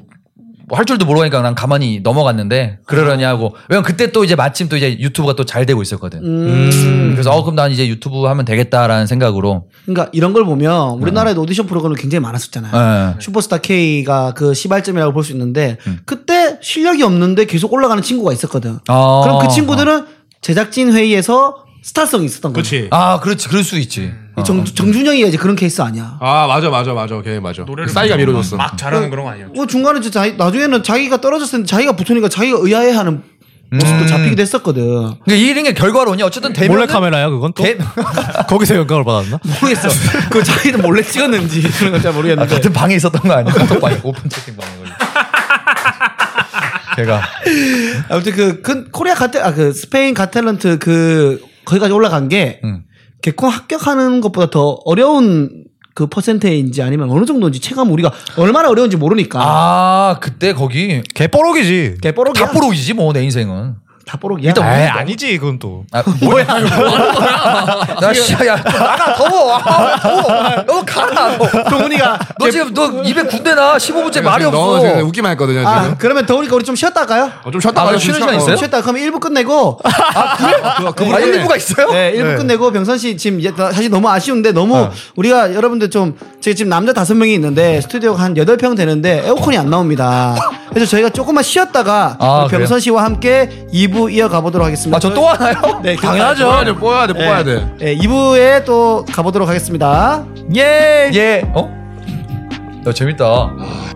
뭐할 줄도 모르니까 난 가만히 넘어갔는데 그러려냐고. 왜냐면 그때 또 이제 마침 또 이제 유튜브가 또 잘 되고
음.
있었거든.
음.
그래서 어 그럼 난 이제 유튜브 하면 되겠다라는 생각으로.
그러니까 이런 걸 보면
어.
우리나라에도 오디션 프로그램이 굉장히 많았었잖아요.
예.
슈퍼스타 K가 그 시발점이라고 볼 수 있는데
음.
그때 실력이 없는데 계속 올라가는 친구가 있었거든.
아.
그럼 그 친구들은 제작진 회의에서 스타성이 있었던 거지.
그렇지.
아 그렇지 그럴 수 있지.
음.
어.
정, 정준영이 이제 그런 케이스 아니야.
아 맞아 맞아 맞아 걔 맞아.
그
노래를
싸이가 밀어줬어.
막 잘하는 그런 거 아니야?
뭐 중간에 진짜 자기- 나중에는 자기가 떨어졌을 때 자기가 붙으니까 자기가 의아해하는 모습도 잡히기도 했었거든.
그러니까 이런 게 결과론이 어쨌든 되면
몰래 카메라야 그건 또?
대-
거기서 영감을 받았나?
모르겠어. 그 자기는 몰래 찍었는지 그런 건잘
아,
모르겠는데.
같은 방에 있었던 거 아니야? 카톡 방에 오픈 채팅 방에. 걔가
아무튼 그, 그 코리아 가테 아그 스페인 가탤런트 그 거기까지 올라간 게
음.
개콘 합격하는 것보다 더 어려운 그 퍼센테인지 아니면 어느 정도인지 체감 우리가 얼마나 어려운지 모르니까
아 그때 거기
개 뻐록이지.
개 뽀록이야.
다 뽀록이지 뭐 내 인생은.
다 뽀록이야.
아,
일단
에이, 아니지 그건 또.
아, 뭐야, 이거 뭐 하는 거야? 나, 씨, 야, 좀 나가, 더워. 아, 더워. 너 가라, 너.
동훈이가
너 지금, 너 입에 군대 나 15분째 말이
지금 너무
없어.
지금 웃기만 했거든요 지금.
아 그러면 더우니까 우리 좀 쉬었다 가요.
어, 좀 쉬었다
아,
가요.
쉬는
좀
시간
쉬어.
있어요?
쉬었다 그럼 1부 끝내고
어,
그, 그,
아, 1, 2부가 있어요?
네, 1부 끝내고 병선 씨 지금 이제 나- 사실 너무 아쉬운데 너무 우리가 여러분들 좀 제가 지금 남자 다섯 명이 있는데 스튜디오가 한 여덟 평 되는데 에어컨이 안 나옵니다. 그래서 저희가 조금만 쉬었다가
아,
우리 병선 씨와 함께 2부 이어가 보도록 하겠습니다.
아, 저 또 하나요?
네,
뽑아야 돼, 뽑아야 돼, 뽑아야 돼.
네, 2부에 또 가보도록 하겠습니다.
예. 예. 어? 야, 재밌다.